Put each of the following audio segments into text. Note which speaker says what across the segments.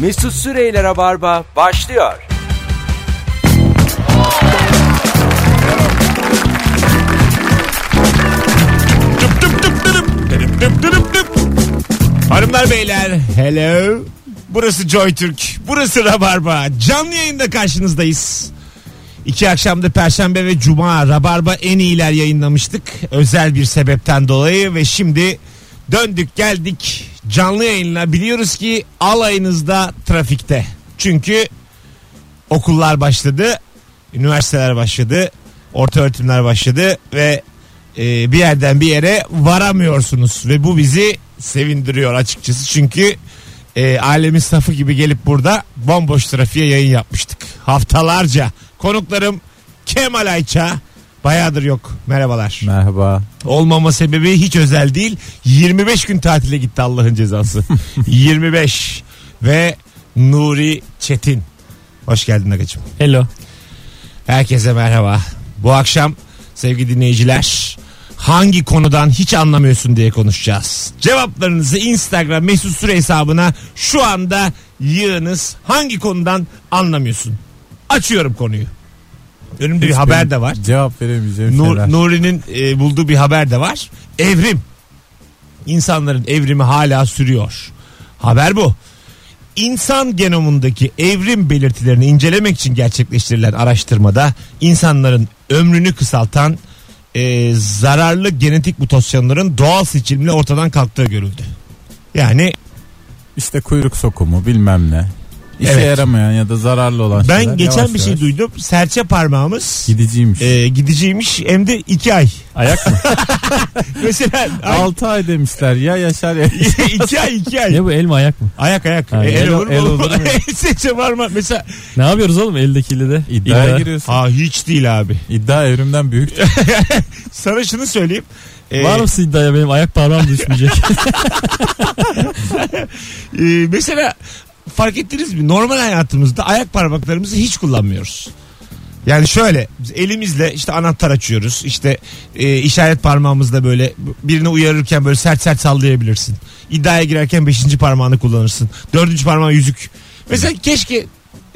Speaker 1: Mesut Süreyler'e barba başlıyor.
Speaker 2: Tıp tıp tıp tırıp, tırıp tıp tırıp tıp. Hanımlar beyler hello. Burası Joy Türk. Burası Rabarba. Canlı yayında karşınızdayız. İki akşamda Perşembe ve Cuma Rabarba en iyiler yayınlamıştık. Özel bir sebepten dolayı ve şimdi döndük geldik canlı yayınla. Biliyoruz ki alayınızda trafikte. Çünkü okullar başladı, üniversiteler başladı, orta öğretimler başladı ve e, bir yerden bir yere varamıyorsunuz ve bu bizi sevindiriyor açıkçası çünkü e, alemin safı gibi gelip burada bomboş trafiğe yayın yapmıştık haftalarca konuklarım Kemal Ayça bayağıdır yok merhabalar
Speaker 3: Merhaba.
Speaker 2: olmama sebebi hiç özel değil 25 gün tatile gitti Allah'ın cezası 25 ve Nuri Çetin hoş geldin Agacım
Speaker 3: Hello.
Speaker 2: Herkese merhaba. Bu akşam sevgili dinleyiciler hangi konudan hiç anlamıyorsun diye konuşacağız. Cevaplarınızı Instagram mesut süre hesabına şu anda yığınız. Hangi konudan anlamıyorsun? Açıyorum konuyu. Önümde bir haber de var.
Speaker 3: Cevap veremeyeceğim
Speaker 2: Nur-
Speaker 3: şeyler.
Speaker 2: Nuri'nin e, bulduğu bir haber de var. Evrim. İnsanların evrimi hala sürüyor. Haber bu. İnsan genomundaki evrim belirtilerini incelemek için gerçekleştirilen araştırmada insanların ömrünü kısaltan e, zararlı genetik mutasyonların doğal seçilimle ortadan kalktığı görüldü. Yani
Speaker 3: İşte kuyruk sokumu bilmem ne. İşe
Speaker 2: Evet.
Speaker 3: yaramayan ya da zararlı olan şeyler.
Speaker 2: ben geçen
Speaker 3: yavaş
Speaker 2: bir şey
Speaker 3: yavaş
Speaker 2: duydum. Serçe parmağımız
Speaker 3: Gidiciymiş.
Speaker 2: e, gideceğiymiş hem de iki ay.
Speaker 3: Ayak mı?
Speaker 2: Mesela
Speaker 3: 6 ay demişler ya yaşar ya.
Speaker 2: iki ay iki ay.
Speaker 4: Ne bu el mi ayak mı?
Speaker 2: Ayak ayak.
Speaker 4: Ha,
Speaker 2: E, el,
Speaker 4: el-
Speaker 2: olur mu?
Speaker 4: el
Speaker 2: oğlum?
Speaker 4: olur mu?
Speaker 2: Seçe var mı? Mesela
Speaker 4: Ne yapıyoruz oğlum eldekiyle de?
Speaker 3: İddiaya
Speaker 4: İddia.
Speaker 3: giriyorsun.
Speaker 2: ha hiç değil abi.
Speaker 3: İddia evrimden büyük.
Speaker 2: Sana şunu söyleyeyim. Ee,
Speaker 4: Var mısın iddiaya benim ayak parmağım düşmeyecek?
Speaker 2: e, mesela fark ettiniz mi? Normal hayatımızda ayak parmaklarımızı hiç kullanmıyoruz. Yani şöyle biz elimizle işte anahtar açıyoruz. İşte e, işaret parmağımızla böyle birini uyarırken böyle sert sert sallayabilirsin. İddiaya girerken beşinci parmağını kullanırsın. Dördüncü parmağı yüzük. Mesela keşke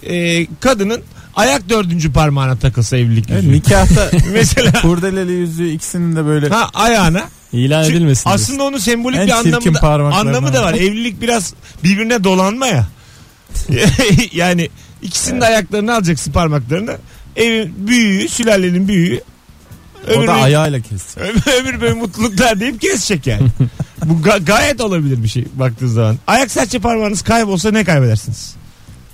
Speaker 2: e, kadının ayak dördüncü parmağına takılsa evlilik
Speaker 3: Evet,
Speaker 2: yüzüğü.
Speaker 3: nikahta
Speaker 2: Mesela
Speaker 3: kurdeleli yüzüğü ikisinin de böyle
Speaker 2: ha ayağına
Speaker 4: İlan
Speaker 2: Çünkü
Speaker 4: edilmesin. diyorsun.
Speaker 2: Aslında onun sembolik
Speaker 3: En
Speaker 2: bir
Speaker 3: çirkin
Speaker 2: anlamı da,
Speaker 3: parmaklarına
Speaker 2: anlamı da var. Evlilik biraz birbirine dolanma ya. yani ikisinin de ayaklarını alacaksın parmaklarını. Evin büyüğü, sülalenin büyüğü. Ömür
Speaker 3: o da
Speaker 2: boyu-
Speaker 3: ayağıyla kesecek.
Speaker 2: ömür, ömür boyu mutluluklar deyip kesecek yani. Bu ga- gayet olabilir bir şey baktığın zaman. Ayak serçe parmağınız kaybolsa ne kaybedersiniz?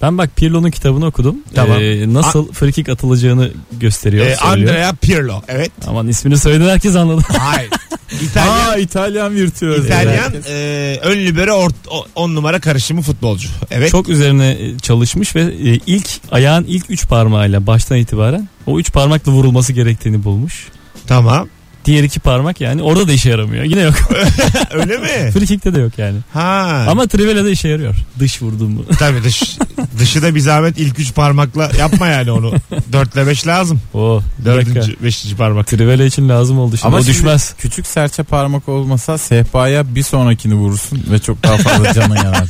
Speaker 4: Ben bak Pirlo'nun kitabını okudum.
Speaker 2: Tamam.
Speaker 4: Ee, nasıl frikik atılacağını gösteriyor.
Speaker 2: Ee,
Speaker 4: söylüyor.
Speaker 2: Andrea Pirlo. Evet.
Speaker 4: Aman ismini söyledi herkes anladı.
Speaker 2: Hayır. İtalyan
Speaker 3: Aa İtalyan virtüözü.
Speaker 2: İtalyan e, ön libero ort- o- on numara karışımı futbolcu. Evet.
Speaker 4: Çok üzerine e, çalışmış ve e, ilk ayağın ilk üç parmağıyla baştan itibaren o üç parmakla vurulması gerektiğini bulmuş.
Speaker 2: Tamam.
Speaker 4: Diğer iki parmak yani orada da işe yaramıyor. Yine yok.
Speaker 2: Öyle mi?
Speaker 4: Frikik'te de yok yani.
Speaker 2: Ha.
Speaker 4: Ama Trivela'da işe yarıyor. Dış vurdum mu?
Speaker 2: Tabii dış, dışı da bir zahmet ilk üç parmakla yapma yani onu. Dörtle beş lazım.
Speaker 4: Oo, bir dakika.
Speaker 2: Oh, Dördüncü, beşinci parmak.
Speaker 4: Trivela için lazım oldu şimdi.
Speaker 3: Ama
Speaker 4: o
Speaker 3: şimdi-
Speaker 4: düşmez.
Speaker 3: Küçük serçe parmak olmasa sehpaya bir sonrakini vurursun ve çok daha fazla canın yanar. Böyle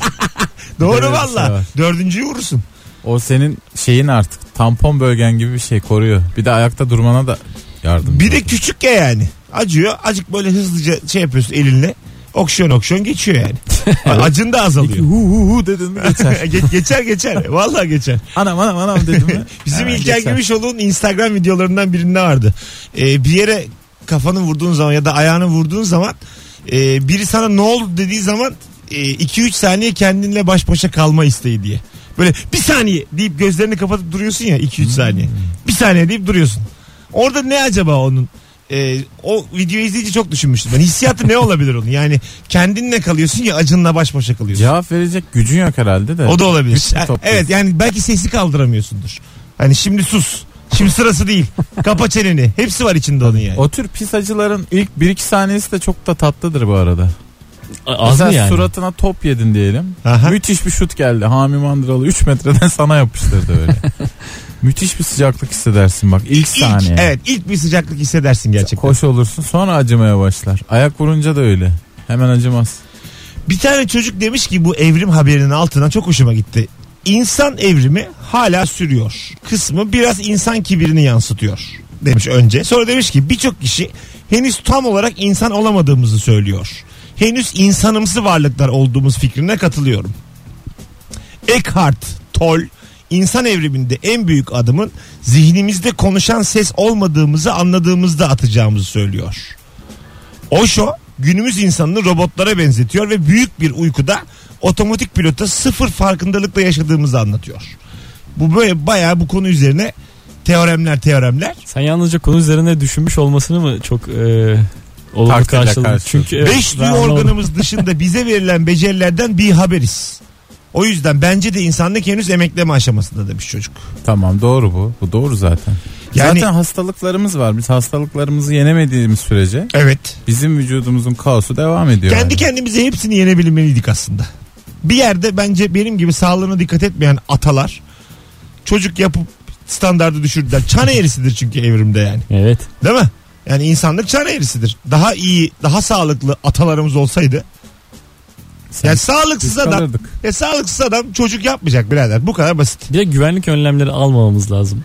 Speaker 2: Doğru
Speaker 3: bir
Speaker 2: valla.
Speaker 3: şey var.
Speaker 2: Dördüncüyü vurursun.
Speaker 3: O senin şeyin artık tampon bölgen gibi bir şey koruyor. Bir de ayakta durmana da yardım.
Speaker 2: Bir de küçük ya yani. Acıyor. Acık böyle hızlıca şey yapıyorsun elinle. Okşuyon okşuyon geçiyor yani. Acın da
Speaker 3: İki
Speaker 2: azalıyor.
Speaker 3: hu hu hu dedin mi geçer.
Speaker 2: Ge- geçer geçer. Valla geçer.
Speaker 3: anam anam anam dedim mi?
Speaker 2: Bizim
Speaker 3: Ha,
Speaker 2: İlker
Speaker 3: geçer.
Speaker 2: Gümüşoğlu'nun Instagram videolarından birinde vardı. Ee, bir yere kafanı vurduğun zaman ya da ayağını vurduğun zaman e, biri sana ne oldu dediği zaman 2-3 saniye kendinle baş başa kalma isteği diye. Böyle bir saniye deyip gözlerini kapatıp duruyorsun ya 2-3 saniye. Bir saniye deyip duruyorsun. Orada ne acaba onun? Ee, o videoyu izleyince çok düşünmüştüm ben. Hissiyatı ne olabilir onun? Yani kendinle kalıyorsun ya acınla baş başa kalıyorsun.
Speaker 3: Cevap verecek gücün yok herhalde de.
Speaker 2: O da olabilir.
Speaker 3: Bütün toplu.
Speaker 2: Evet yani belki sesi kaldıramıyorsundur. Hani şimdi sus. Şimdi sırası değil. Kapa çeneni. Hepsi var içinde onun yani.
Speaker 3: O tür pis acıların ilk 1-2 saniyesi de çok da tatlıdır bu arada.
Speaker 4: A- Az mı
Speaker 3: Mesela
Speaker 4: yani?
Speaker 3: suratına top yedin diyelim.
Speaker 2: Aha.
Speaker 3: Müthiş bir şut geldi. Hami Mandıralı 3 metreden sana yapıştırdı öyle. Müthiş bir sıcaklık hissedersin bak ilk,
Speaker 2: İlk,
Speaker 3: saniye.
Speaker 2: evet ilk bir sıcaklık hissedersin gerçekten.
Speaker 3: Koş olursun sonra acımaya başlar. Ayak vurunca da öyle. Hemen acımaz.
Speaker 2: Bir tane çocuk demiş ki bu evrim haberinin altına çok hoşuma gitti. İnsan evrimi hala sürüyor. Kısmı biraz insan kibirini yansıtıyor demiş önce. Sonra demiş ki birçok kişi henüz tam olarak insan olamadığımızı söylüyor. Henüz insanımsı varlıklar olduğumuz fikrine katılıyorum. Eckhart Tolle insan evriminde en büyük adımın zihnimizde konuşan ses olmadığımızı anladığımızda atacağımızı söylüyor. Osho günümüz insanını robotlara benzetiyor ve büyük bir uykuda otomatik pilota sıfır farkındalıkla yaşadığımızı anlatıyor. Bu böyle bayağı bu konu üzerine teoremler teoremler.
Speaker 4: Sen yalnızca konu üzerine düşünmüş olmasını mı çok e, olumlu
Speaker 3: Takdirle
Speaker 4: karşıladın?
Speaker 3: karşıladın.
Speaker 4: Çünkü evet,
Speaker 2: Beş duyu
Speaker 4: ben anlamadım.
Speaker 2: organımız dışında bize verilen becerilerden bir haberiz. O yüzden bence de insanlık henüz emekleme aşamasında demiş çocuk.
Speaker 3: Tamam doğru bu. Bu doğru zaten.
Speaker 2: Yani-
Speaker 3: Zaten hastalıklarımız var. Biz hastalıklarımızı yenemediğimiz sürece
Speaker 2: Evet.
Speaker 3: bizim vücudumuzun kaosu devam ediyor.
Speaker 2: Kendi
Speaker 3: yani.
Speaker 2: kendimize hepsini yenebilmeliydik aslında. Bir yerde bence benim gibi sağlığına dikkat etmeyen atalar çocuk yapıp standardı düşürdüler. Çan eğrisidir çünkü evrimde yani.
Speaker 4: Evet.
Speaker 2: Değil mi? Yani insanlık çan eğrisidir. Daha iyi, daha sağlıklı atalarımız olsaydı.
Speaker 3: Sen-
Speaker 2: Yani sağlıksız
Speaker 3: biz
Speaker 2: adam,
Speaker 3: kalırdık.
Speaker 2: e, sağlıksız adam çocuk yapmayacak birader. Bu kadar basit.
Speaker 4: Bir de güvenlik önlemleri almamamız lazım.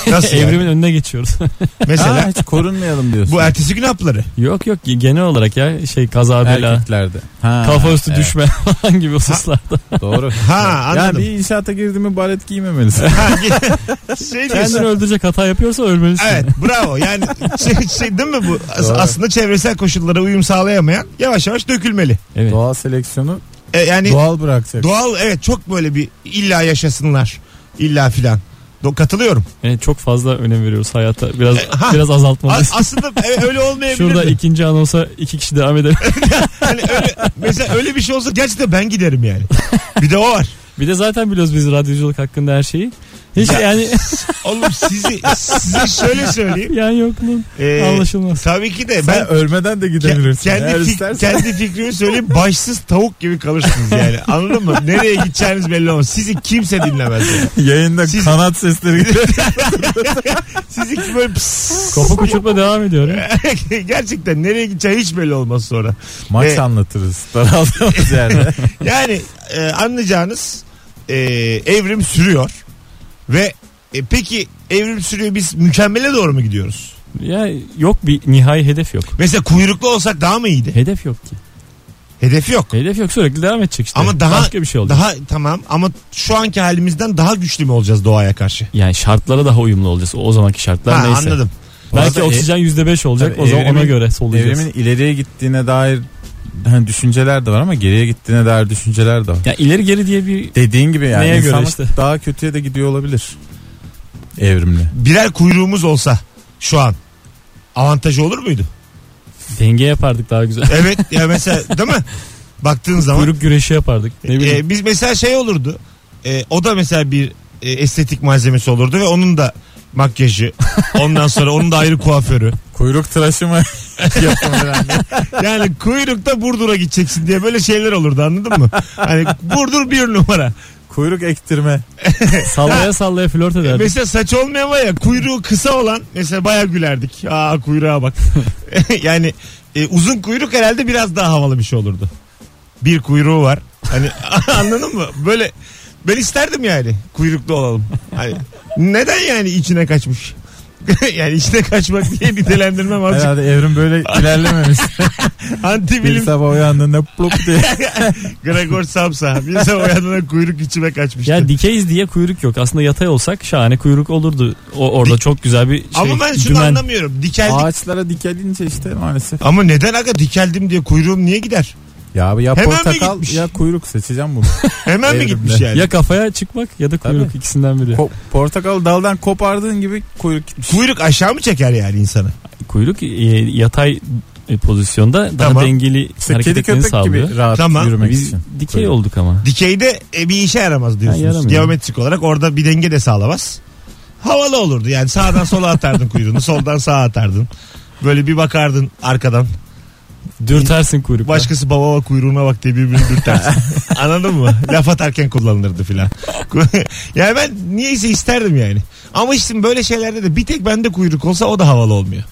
Speaker 2: Nasıl yani?
Speaker 4: Evrimin önüne geçiyoruz.
Speaker 2: Mesela
Speaker 3: Aa, hiç korunmayalım diyorsun.
Speaker 2: bu ertesi gün hapları.
Speaker 4: yok yok genel olarak ya şey kaza bela.
Speaker 3: erkeklerde. Ha,
Speaker 4: Kafa üstü
Speaker 3: evet,
Speaker 4: düşme falan gibi hususlar.
Speaker 3: Doğru.
Speaker 2: Ha
Speaker 3: yani
Speaker 2: anladım.
Speaker 3: bir inşaata girdi mi balet giymemelisin.
Speaker 2: şey diyorsun.
Speaker 4: Kendini öldürecek hata yapıyorsa ölmelisin.
Speaker 2: Evet bravo yani şey, şey değil mi bu As-
Speaker 3: Doğru.
Speaker 2: aslında çevresel koşullara uyum sağlayamayan yavaş yavaş dökülmeli.
Speaker 4: Evet.
Speaker 3: Doğal seleksiyonu
Speaker 2: E, yani doğal.
Speaker 3: doğal bırakacak.
Speaker 2: evet çok böyle bir illa yaşasınlar illa filan. Do- katılıyorum.
Speaker 4: Evet, çok fazla önem veriyoruz hayata.
Speaker 3: E,
Speaker 4: Biraz
Speaker 2: Ha.
Speaker 4: biraz
Speaker 2: A-
Speaker 4: azaltmalıyız.
Speaker 2: aslında e, öyle olmayabilir.
Speaker 4: Şurada
Speaker 2: de.
Speaker 4: ikinci anonsa iki kişi devam edelim.
Speaker 2: Hani öyle, mesela öyle bir şey olsa gerçekten ben giderim yani. Bir de o var.
Speaker 4: Bir de zaten biliyoruz biz radyoculuk hakkında her şeyi. Hiç
Speaker 2: Ya.
Speaker 4: yani
Speaker 2: Oğlum sizi size şöyle söyleyeyim.
Speaker 4: yan yokluğun
Speaker 2: E,
Speaker 4: anlaşılmaz.
Speaker 2: tabii ki de
Speaker 3: Ben
Speaker 2: ben
Speaker 3: ölmeden de
Speaker 2: Ke-
Speaker 3: gidebilirsin.
Speaker 2: kendi,
Speaker 3: Eğer
Speaker 2: fik-
Speaker 3: istersen.
Speaker 2: kendi fikrimi söyleyeyim başsız tavuk gibi kalırsınız yani anladın mı? Nereye gideceğiniz belli olmaz. Sizi kimse dinlemez. yani.
Speaker 3: Yayında
Speaker 2: Siz-
Speaker 3: kanat sesleri gidiyor.
Speaker 2: Sizi böyle pıs-
Speaker 4: Kopuk uçurtma devam ediyor. ya.
Speaker 2: gerçekten nereye gideceği hiç belli olmaz sonra.
Speaker 3: Maç
Speaker 2: Ee,
Speaker 3: anlatırız. Daraldığımız yerde.
Speaker 2: Yani e, anlayacağınız e, evrim sürüyor ve e, peki evrim sürüyor biz mükemmele doğru mu gidiyoruz?
Speaker 4: Ya yok bir nihai hedef yok.
Speaker 2: Mesela kuyruklu olsak daha mı iyiydi?
Speaker 4: Hedef yok ki.
Speaker 2: Hedefi yok.
Speaker 4: Hedef yok sürekli devam edecek işte.
Speaker 2: Ama daha-
Speaker 4: Başka bir şey olacak.
Speaker 2: Daha tamam ama şu anki halimizden daha güçlü mü olacağız doğaya karşı?
Speaker 4: Yani şartlara daha uyumlu olacağız. O zamanki şartlar
Speaker 2: Ha,
Speaker 4: neyse.
Speaker 2: anladım. e-
Speaker 4: Belki
Speaker 3: Orada
Speaker 4: oksijen yüzde beş olacak.
Speaker 3: Tabii
Speaker 4: o zaman ona
Speaker 3: evrimin-
Speaker 4: göre solacağız.
Speaker 3: Evrimin ileriye gittiğine dair hani düşünceler de var ama geriye gittiğine dair düşünceler de var.
Speaker 4: Ya ileri geri diye bir
Speaker 3: Dediğin gibi yani
Speaker 4: Neye göre
Speaker 3: insanlık
Speaker 4: işte?
Speaker 3: daha kötüye de gidiyor olabilir. Evrimle.
Speaker 2: birer kuyruğumuz olsa şu an avantajı olur muydu?
Speaker 4: denge yapardık daha güzel.
Speaker 2: Evet ya mesela değil mi? Baktığın zaman
Speaker 4: Kuyruk güreşi yapardık. Ne bileyim.
Speaker 2: e, biz mesela şey olurdu. E, o da mesela bir e, estetik malzemesi olurdu ve onun da makyajı ondan sonra onun da ayrı kuaförü.
Speaker 3: Kuyruk tıraşı mı?
Speaker 2: Yani kuyrukta Burdur'a gideceksin diye böyle şeyler olurdu anladın mı? Hani Burdur bir numara.
Speaker 3: Kuyruk ektirme.
Speaker 4: sallaya sallaya flört
Speaker 2: E,
Speaker 4: ederdik.
Speaker 2: Mesela saç olmayan var ya kuyruğu kısa olan mesela baya gülerdik. Aa kuyruğa bak. yani e, uzun kuyruk herhalde biraz daha havalı bir şey olurdu. Bir kuyruğu var. Hani anladın mı? Böyle ben isterdim yani kuyruklu olalım. Hani neden yani içine kaçmış? yani içine kaçmak diye nitelendirmem azıcık
Speaker 3: Herhalde evrim böyle ilerlememiş.
Speaker 2: anti
Speaker 3: Bir
Speaker 2: bilim
Speaker 3: sabah uyandığında plup diye.
Speaker 2: Gregor Samsa. Bir sabah uyandığında kuyruk içime kaçmıştı.
Speaker 4: Ya dikeyiz diye kuyruk yok. Aslında yatay olsak şahane kuyruk olurdu. O orada
Speaker 2: Dik-
Speaker 4: çok güzel bir şey.
Speaker 2: Ama ben şunu
Speaker 4: dümen.
Speaker 2: anlamıyorum. Dikeldik.
Speaker 3: Ağaçlara dikelince işte maalesef.
Speaker 2: Ama neden aga dikeldim diye kuyruğum niye gider?
Speaker 3: Ya bu ya
Speaker 2: Hemen mi
Speaker 3: portakal
Speaker 2: gitmiş?
Speaker 3: ya kuyruk seçeceğim bunu.
Speaker 2: Hemen mi
Speaker 3: Evrimde.
Speaker 2: gitmiş yani?
Speaker 4: Ya kafaya çıkmak ya da kuyruk
Speaker 3: Tabii.
Speaker 4: ikisinden biri.
Speaker 3: Ko- portakal daldan kopardığın gibi kuyruk gitmiş.
Speaker 2: Kuyruk aşağı mı çeker yani insanı?
Speaker 4: kuyruk e, yatay e, pozisyonda daha
Speaker 2: Tamam.
Speaker 4: dengeli
Speaker 3: İşte
Speaker 4: hareket
Speaker 3: kedi
Speaker 4: etmeni
Speaker 3: köpek
Speaker 4: sağlıyor.
Speaker 3: gibi rahat
Speaker 2: Tamam.
Speaker 3: yürümek
Speaker 4: Biz
Speaker 3: için.
Speaker 4: dikey
Speaker 3: Kuyruk.
Speaker 4: olduk ama.
Speaker 2: Dikeyde e, bir işe yaramaz
Speaker 4: Ha,
Speaker 2: diyorsunuz.
Speaker 4: yaramıyor.
Speaker 2: Geometrik olarak orada bir denge de sağlamaz. Havalı olurdu yani sağdan sola atardın kuyruğunu soldan sağa atardın. Böyle bir bakardın arkadan.
Speaker 4: Dürtersin kuyrukla.
Speaker 2: Başkası baba bak kuyruğuna bak diye birbirini dürtersin. Anladın mı? Laf atarken kullanılırdı filan. yani ben niyeyse isterdim yani. Ama işte böyle şeylerde de bir tek bende kuyruk olsa o da havalı olmuyor.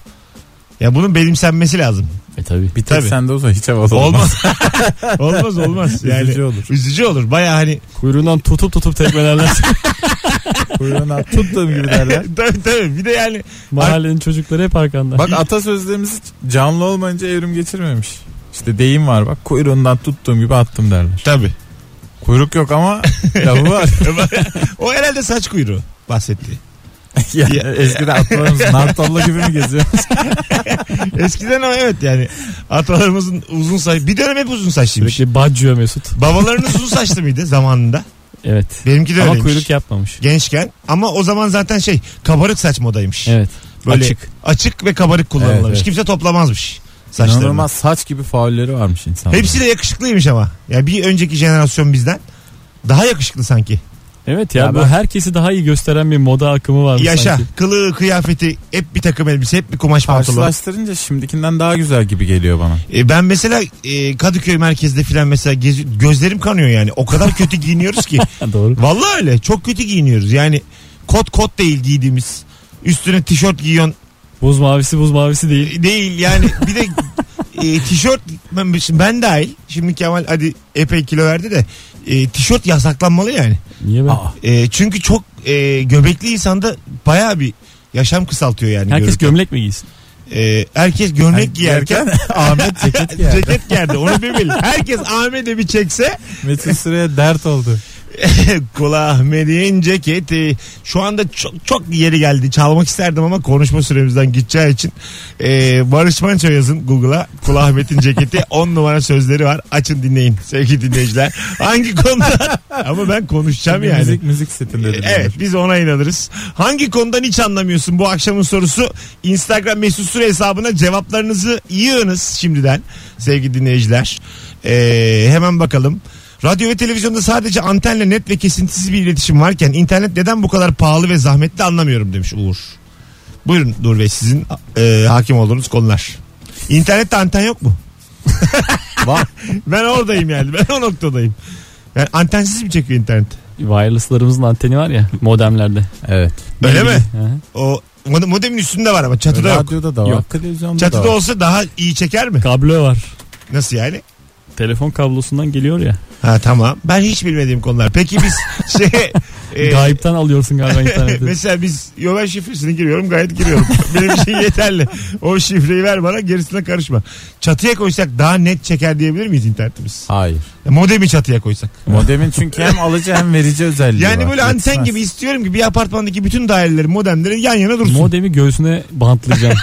Speaker 2: Ya bunun benimsenmesi lazım.
Speaker 4: E tabi.
Speaker 3: Bir tek
Speaker 2: Tabii.
Speaker 3: sende olsa hiç havada olmaz.
Speaker 2: Olmaz. olmaz olmaz. Yani
Speaker 3: Üzücü olur.
Speaker 2: Üzücü olur. Baya hani
Speaker 4: Kuyruğundan tutup tutup tekmelerler.
Speaker 3: Kuyruğuna tuttuğum gibi derler.
Speaker 2: tabii tabii bir de yani
Speaker 4: Mahallenin çocukları hep arkanda.
Speaker 3: Bak atasözlerimiz canlı olmayınca evrim geçirmemiş. İşte deyim var bak kuyruğundan tuttuğum gibi attım derler.
Speaker 2: tabii.
Speaker 3: Kuyruk yok ama lafı var.
Speaker 2: o herhalde saç kuyruğu bahsettiği.
Speaker 3: yani eskiden atlarımız nartalla gibi mi geziyor?
Speaker 2: Eskiden ama evet yani atalarımızın uzun saç bir dönem hep uzun saçlıymış.
Speaker 4: Sürekli bacıyor Mesut.
Speaker 2: Babalarınız uzun saçlı mıydı zamanında?
Speaker 4: Evet.
Speaker 2: Benimki de
Speaker 4: Ama
Speaker 2: öyleymiş.
Speaker 4: kuyruk yapmamış.
Speaker 2: Gençken ama o zaman zaten şey kabarık saç modaymış.
Speaker 4: Evet.
Speaker 2: Böyle
Speaker 4: Açık.
Speaker 2: açık ve kabarık kullanılmış.
Speaker 3: Evet, evet.
Speaker 2: Kimse toplamazmış saçlarını.
Speaker 3: İnanılmaz saç gibi faulleri varmış insanların.
Speaker 2: Hepsi de yakışıklıymış ama. Ya bir önceki jenerasyon bizden daha yakışıklı sanki.
Speaker 4: Evet ya,
Speaker 3: Ya
Speaker 4: bu
Speaker 3: ben-
Speaker 4: herkesi daha iyi gösteren bir moda akımı var
Speaker 2: Yaşa,
Speaker 4: sanki.
Speaker 2: kılığı, kıyafeti hep bir takım elbise, hep bir kumaş pantolon.
Speaker 3: Karşılaştırınca şimdikinden daha güzel gibi geliyor bana.
Speaker 2: E, ben mesela e, Kadıköy merkezde filan mesela gezi- gözlerim kanıyor yani. O kadar kötü giyiniyoruz ki.
Speaker 4: Ha, doğru.
Speaker 2: Vallahi öyle. Çok kötü giyiniyoruz. Yani kot kot değil giydiğimiz. Üstüne tişört giyiyorsun.
Speaker 4: Buz mavisi buz mavisi değil.
Speaker 2: E, Değil yani. Bir de e, tişört ben, ben dahil. Şimdi Kemal hadi epey kilo verdi de e, tişört yasaklanmalı yani.
Speaker 4: Niye ben?
Speaker 3: Aa,
Speaker 2: E, çünkü çok e, göbekli insanda baya bir yaşam kısaltıyor yani.
Speaker 4: Herkes
Speaker 2: görürken.
Speaker 4: gömlek mi giysin?
Speaker 2: E, herkes gömlek giyerken
Speaker 3: Ahmet ceket giyer.
Speaker 2: ceket giyerdi. Onu bir bil. Herkes Ahmet'e bir çekse
Speaker 3: Metin Süre'ye dert oldu.
Speaker 2: Kula Ahmet'in ceketi. Şu anda çok çok yeri geldi. Çalmak isterdim ama konuşma süremizden gideceği için. Ee, Barış Manço yazın Google'a. Kula Ahmet'in ceketi. 10 numara sözleri var. Açın dinleyin sevgili dinleyiciler. Hangi konuda? ama ben konuşacağım
Speaker 3: Bir
Speaker 2: yani.
Speaker 3: Müzik müzik setinde dedi.
Speaker 2: E, Evet biz ona inanırız. Hangi konudan hiç anlamıyorsun bu akşamın sorusu? Instagram mesut süre hesabına cevaplarınızı yığınız şimdiden sevgili dinleyiciler. Ee, hemen bakalım. Radyo ve televizyonda sadece antenle net ve kesintisiz bir iletişim varken internet neden bu kadar pahalı ve zahmetli anlamıyorum demiş Uğur. Buyurun Uğur Bey sizin e, hakim olduğunuz konular. İnternette anten yok mu?
Speaker 3: Var.
Speaker 2: Ben oradayım yani ben o noktadayım. Yani antensiz mi çekiyor internet?
Speaker 4: Wireless'larımızın anteni var ya modemlerde.
Speaker 3: Evet.
Speaker 2: Öyle mi?
Speaker 4: Hı hı.
Speaker 2: O mod- modemin üstünde var ama çatıda yok.
Speaker 3: Radyoda da var.
Speaker 4: Yok.
Speaker 3: Televizyonda
Speaker 2: Çatıda
Speaker 3: da var.
Speaker 2: olsa daha iyi çeker mi?
Speaker 4: Kablo var.
Speaker 2: Nasıl yani?
Speaker 4: Telefon kablosundan geliyor ya.
Speaker 2: Ha tamam. Ben hiç bilmediğim konular. Peki biz şey e,
Speaker 4: Gayipten alıyorsun galiba interneti.
Speaker 2: mesela biz yo ben şifresini giriyorum gayet giriyorum. Benim için yeterli. O şifreyi ver bana gerisine karışma. Çatıya koysak daha net çeker diyebilir miyiz internetimiz?
Speaker 3: Hayır.
Speaker 2: Modemi çatıya koysak.
Speaker 3: Modemin çünkü hem alıcı hem verici özelliği var.
Speaker 2: Yani böyle
Speaker 3: Yetmez.
Speaker 2: anten gibi istiyorum ki bir apartmandaki bütün daireleri modemleri yan yana dursun.
Speaker 4: Modemi göğsüne bantlayacağım.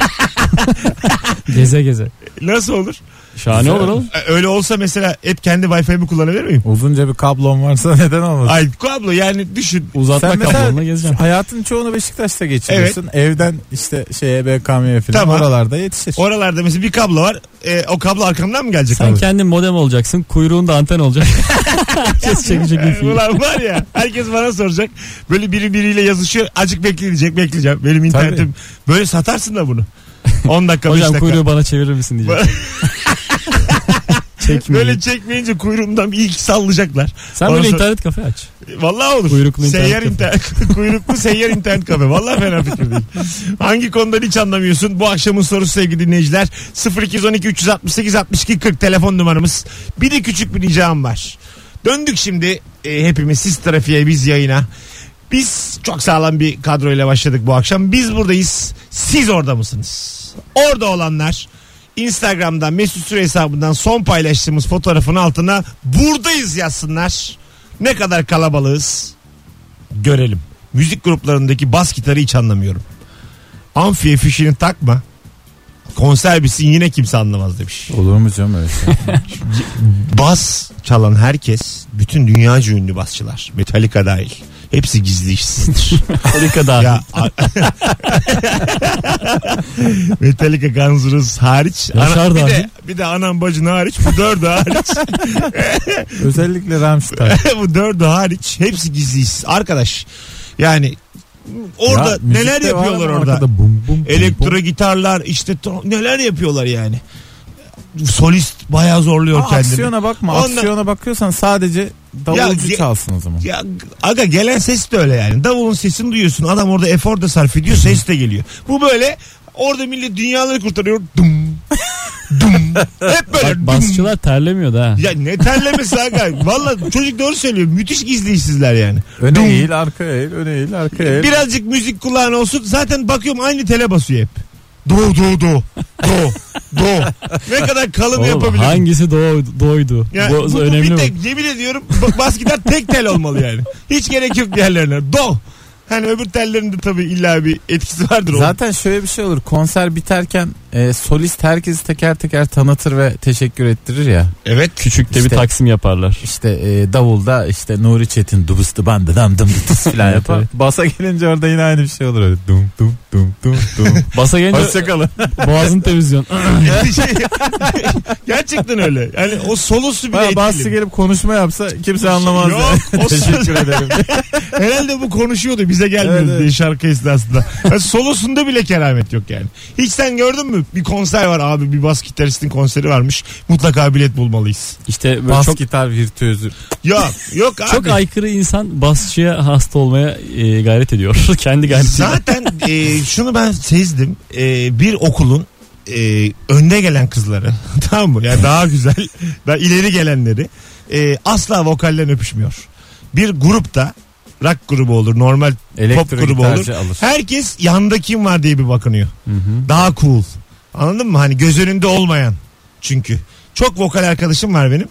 Speaker 4: geze geze.
Speaker 2: Nasıl olur?
Speaker 4: Şahane olur oğlum.
Speaker 2: E, Öyle olsa mesela hep kendi Wi-Fi'mi kullanabilir miyim?
Speaker 3: Uzunca bir kablon varsa neden olmasın?
Speaker 2: Ay kablo yani düşün.
Speaker 4: Uzatma
Speaker 3: Sen mesela
Speaker 4: kablonla gezeceğim.
Speaker 3: Hayatın çoğunu Beşiktaş'ta geçiriyorsun. Evden işte şeye BKM'ye falan
Speaker 2: Tamam.
Speaker 3: oralarda yetişir.
Speaker 2: Oralarda mesela bir kablo var. E, o kablo arkamdan mı gelecek?
Speaker 4: Sen
Speaker 2: abi?
Speaker 4: kendin modem olacaksın. Kuyruğunda anten olacak. Herkes çekecek
Speaker 2: E,
Speaker 4: ifiyi.
Speaker 2: Ulan var ya herkes bana soracak. Böyle biri biriyle yazışıyor. Acık bekleyecek bekleyeceğim. Benim internetim. Böyle satarsın da bunu. 10 dakika 5
Speaker 4: Hocam
Speaker 2: dakika.
Speaker 4: kuyruğu bana çevirir misin diyecek. Çekmeyin.
Speaker 2: Böyle çekmeyince kuyruğumdan bir ilk sallayacaklar.
Speaker 4: Sen
Speaker 2: Ondan
Speaker 4: böyle
Speaker 2: sonra-
Speaker 4: internet kafe aç.
Speaker 2: Vallahi olur.
Speaker 4: Kuyruklu internet
Speaker 2: seyyar
Speaker 4: kafe.
Speaker 2: internet kuyruklu seyyar internet kafe. Vallahi fena fikir değil. Hangi konudan hiç anlamıyorsun? Bu akşamın sorusu sevgili dinleyiciler. 0212 368 62 40 telefon numaramız. Bir de küçük bir ricam var. Döndük şimdi e, hepimiz siz trafiğe biz yayına. Biz çok sağlam bir kadroyla başladık bu akşam. Biz buradayız. Siz orada mısınız? Orada olanlar Instagram'dan Mesut Süre hesabından son paylaştığımız fotoğrafın altına buradayız yazsınlar. Ne kadar kalabalığız görelim. Müzik gruplarındaki bas gitarı hiç anlamıyorum. Amfiye fişini takma. Konser bitsin yine kimse anlamaz demiş.
Speaker 3: Olur mu canım öyle şey?
Speaker 2: Bas çalan herkes bütün dünyaca ünlü basçılar. Metallica dahil. Hepsi gizli işsizdir.
Speaker 4: Harika daha.
Speaker 2: ya, a- Metallica Guns N' Roses hariç.
Speaker 4: Yaşar
Speaker 2: bir,
Speaker 4: dahil.
Speaker 2: de, bir de anam bacın hariç. Bu dördü hariç.
Speaker 3: Özellikle Rammstein.
Speaker 2: bu dördü hariç. Hepsi gizli işsiz. Arkadaş yani orada
Speaker 3: Ya, müzikte
Speaker 2: neler
Speaker 3: var ama
Speaker 2: yapıyorlar orada.
Speaker 3: arkada bum bum bum
Speaker 2: Elektro
Speaker 3: bum.
Speaker 2: gitarlar işte to- neler yapıyorlar yani. Solist bayağı zorluyor
Speaker 3: Ama
Speaker 2: kendini.
Speaker 3: aksiyona bakma.
Speaker 2: Ondan-
Speaker 3: Aksiyona bakıyorsan sadece davulcu
Speaker 2: Ya-
Speaker 3: çalsın o zaman.
Speaker 2: Ya aga gelen ses de öyle yani. Davulun sesini duyuyorsun. Adam orada efor da sarf ediyor. Ses de geliyor. Bu böyle orada millet dünyaları kurtarıyor. Dum. dum. Hep böyle dum.
Speaker 4: Basçılar terlemiyor da ha.
Speaker 2: Ya ne terlemesi aga. Valla çocuk doğru söylüyor. Müthiş gizli işsizler yani.
Speaker 3: Öne
Speaker 2: Dum.
Speaker 3: eğil arka eğil öne eğil arka eğil.
Speaker 2: Birazcık müzik kulağın olsun. Zaten bakıyorum aynı tele basıyor hep. Do do do. Do. Do. Ne kadar kalın
Speaker 4: Oğlum,
Speaker 2: yapabilirim.
Speaker 4: hangisi doğu, doğuydu?
Speaker 2: Ya
Speaker 4: bu,
Speaker 2: bu, bu
Speaker 4: önemli
Speaker 2: bir
Speaker 4: mi?
Speaker 2: tek, yemin ediyorum ba- bas gitar tek tel olmalı yani. Hiç gerek yok diğerlerine. Do. Hani öbür tellerin de tabii illa bir etkisi vardır. onun.
Speaker 3: Zaten şöyle bir şey olur konser biterken e, solist herkesi teker teker tanıtır ve teşekkür ettirir ya.
Speaker 2: Evet.
Speaker 4: Küçükte
Speaker 3: İşte-
Speaker 4: bir taksim yaparlar.
Speaker 3: İşte e, davulda işte Nuri Çetin dubus duban dıdam dım dıtıs falan yapar.
Speaker 4: Evet,
Speaker 3: Basa gelince orada yine aynı bir şey olur öyle dum dum dum dum dum.
Speaker 4: Basa gelince
Speaker 3: Hoşçakalın.
Speaker 4: boğazın temizliyorsun.
Speaker 2: Yani şey- gerçekten öyle. Yani o solosu bile
Speaker 3: Baya Bası
Speaker 2: etkili.
Speaker 3: gelip konuşma yapsa kimse anlamaz.
Speaker 2: Yok,
Speaker 3: yani.
Speaker 2: o
Speaker 3: Teşekkür ederim.
Speaker 2: Herhalde bu konuşuyordu bize gelmiyordu
Speaker 3: Evet, evet.
Speaker 2: diye şarkı esnasında. Yani solosunda bile keramet yok yani. Hiç sen gördün mü? Bir konser var abi bir bas gitaristin konseri varmış. Mutlaka bilet bulmalıyız.
Speaker 4: İşte böyle
Speaker 3: Bas
Speaker 4: çok
Speaker 3: gitar virtüözü.
Speaker 2: Yok yok abi.
Speaker 4: çok aykırı insan basçıya hasta olmaya e, gayret ediyor. Kendi gayretiyle.
Speaker 2: Zaten e, şunu ben sezdim. E, bir okulun e, önde gelen kızları tamam mı? Yani daha güzel, daha ileri gelenleri e, asla vokallen öpüşmüyor. Bir grupta rock grubu olur, normal
Speaker 3: Elektro
Speaker 2: grubu
Speaker 3: gitarcı alır.
Speaker 2: herkes yanda kim var diye bir bakınıyor. Daha cool. Anladın mı? Hani göz önünde olmayan çünkü. Çok vokal arkadaşım var benim.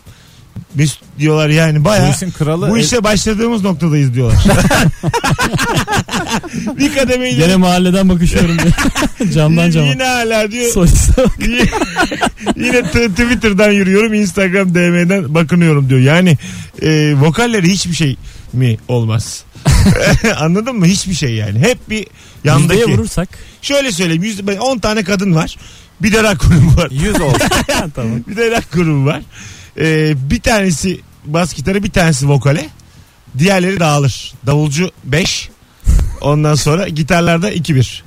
Speaker 2: Biz diyorlar yani
Speaker 3: Bu
Speaker 2: bayağı
Speaker 3: işin kralı
Speaker 2: bu
Speaker 3: el-
Speaker 2: işe başladığımız noktadayız diyorlar. bir kademe ileri
Speaker 4: Gene mahalleden bakışıyorum diye. Camdan cama.
Speaker 2: Yine hala diyor.
Speaker 4: Soliste bak.
Speaker 2: yine t- Twitter'dan yürüyorum, Instagram DM'den bakınıyorum diyor. Yani e, vokalleri hiçbir şey mi olmaz? Anladın mı? Hiçbir şey yani. Hep bir
Speaker 4: Yüzdeye
Speaker 2: yandaki.
Speaker 4: vurursak.
Speaker 2: Şöyle söyleyeyim. yüzde- ben 10 tane kadın var. Bir de rock grubu var.
Speaker 3: 100 olsun.
Speaker 4: tamam.
Speaker 2: Bir de rock grubu var. E, bir tanesi bas gitarı, bir tanesi vokale. Diğerleri dağılır. Davulcu 5. Ondan sonra gitarlarda 2-1.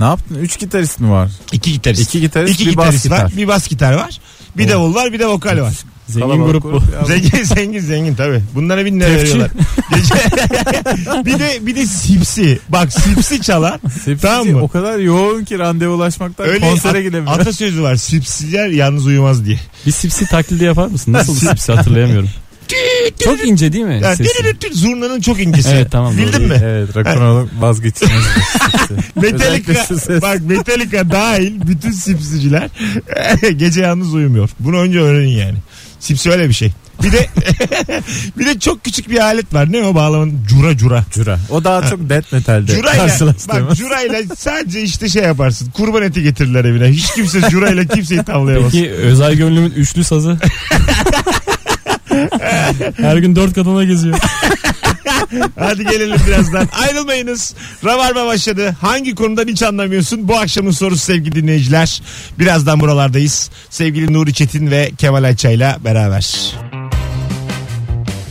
Speaker 3: ne yaptın? 3 gitarist mi var?
Speaker 2: 2 gitarist.
Speaker 3: İki gitarist,
Speaker 2: İki
Speaker 3: bir bas
Speaker 2: gitarist var,
Speaker 3: gitar.
Speaker 2: bir bas gitar var. Bir davul var, bir de vokal var.
Speaker 4: Zengin
Speaker 3: Kalabalık
Speaker 4: grup bu.
Speaker 3: ya.
Speaker 2: Zengin zengin zengin tabi. Bunlara bin lira
Speaker 4: Tepçi.
Speaker 2: veriyorlar. Gece... bir de bir de sipsi. Bak sipsi çalan.
Speaker 3: Sepsici
Speaker 2: Tamam mı?
Speaker 3: O kadar yoğun ki randevulaşmaktan
Speaker 2: Öyle
Speaker 3: konsere
Speaker 2: at-
Speaker 3: gidemiyor.
Speaker 2: atasözü var. Sipsiler yalnız uyumaz diye.
Speaker 4: Bir sipsi taklidi yapar mısın? Nasıl bir sipsi hatırlayamıyorum. Çok ince değil mi
Speaker 2: Yani
Speaker 4: sesi?
Speaker 2: dürürürtür, zurnanın çok incisi.
Speaker 4: Evet, tamam,
Speaker 2: Bildin
Speaker 4: doğru.
Speaker 2: mi?
Speaker 3: Evet rock'n'roll'un vazgeçilmez.
Speaker 2: Metallica,
Speaker 3: Özellikle şu ses.
Speaker 2: bak Metallica dahil bütün sipsiciler gece yalnız uyumuyor. Bunu önce öğrenin yani. Sipsi öyle bir şey. Bir de bir de çok küçük bir alet var. Ne o bağlamanın? Cura cura.
Speaker 3: Cura. O daha çok death metal'de
Speaker 2: Curayla, bak
Speaker 3: karşılaştığımız.
Speaker 2: curayla sadece işte şey yaparsın. Kurban eti getirirler evine. Hiç kimse curayla kimseyi tavlayamaz.
Speaker 4: Peki özel gönlümün üçlü sazı. Her gün dört kadına geziyor.
Speaker 2: Hadi gelelim birazdan. Ayrılmayınız. Rabarba başladı. Hangi konudan hiç anlamıyorsun? Bu akşamın sorusu sevgili dinleyiciler. Birazdan buralardayız. Sevgili Nuri Çetin ve Kemal Ayça'yla beraber.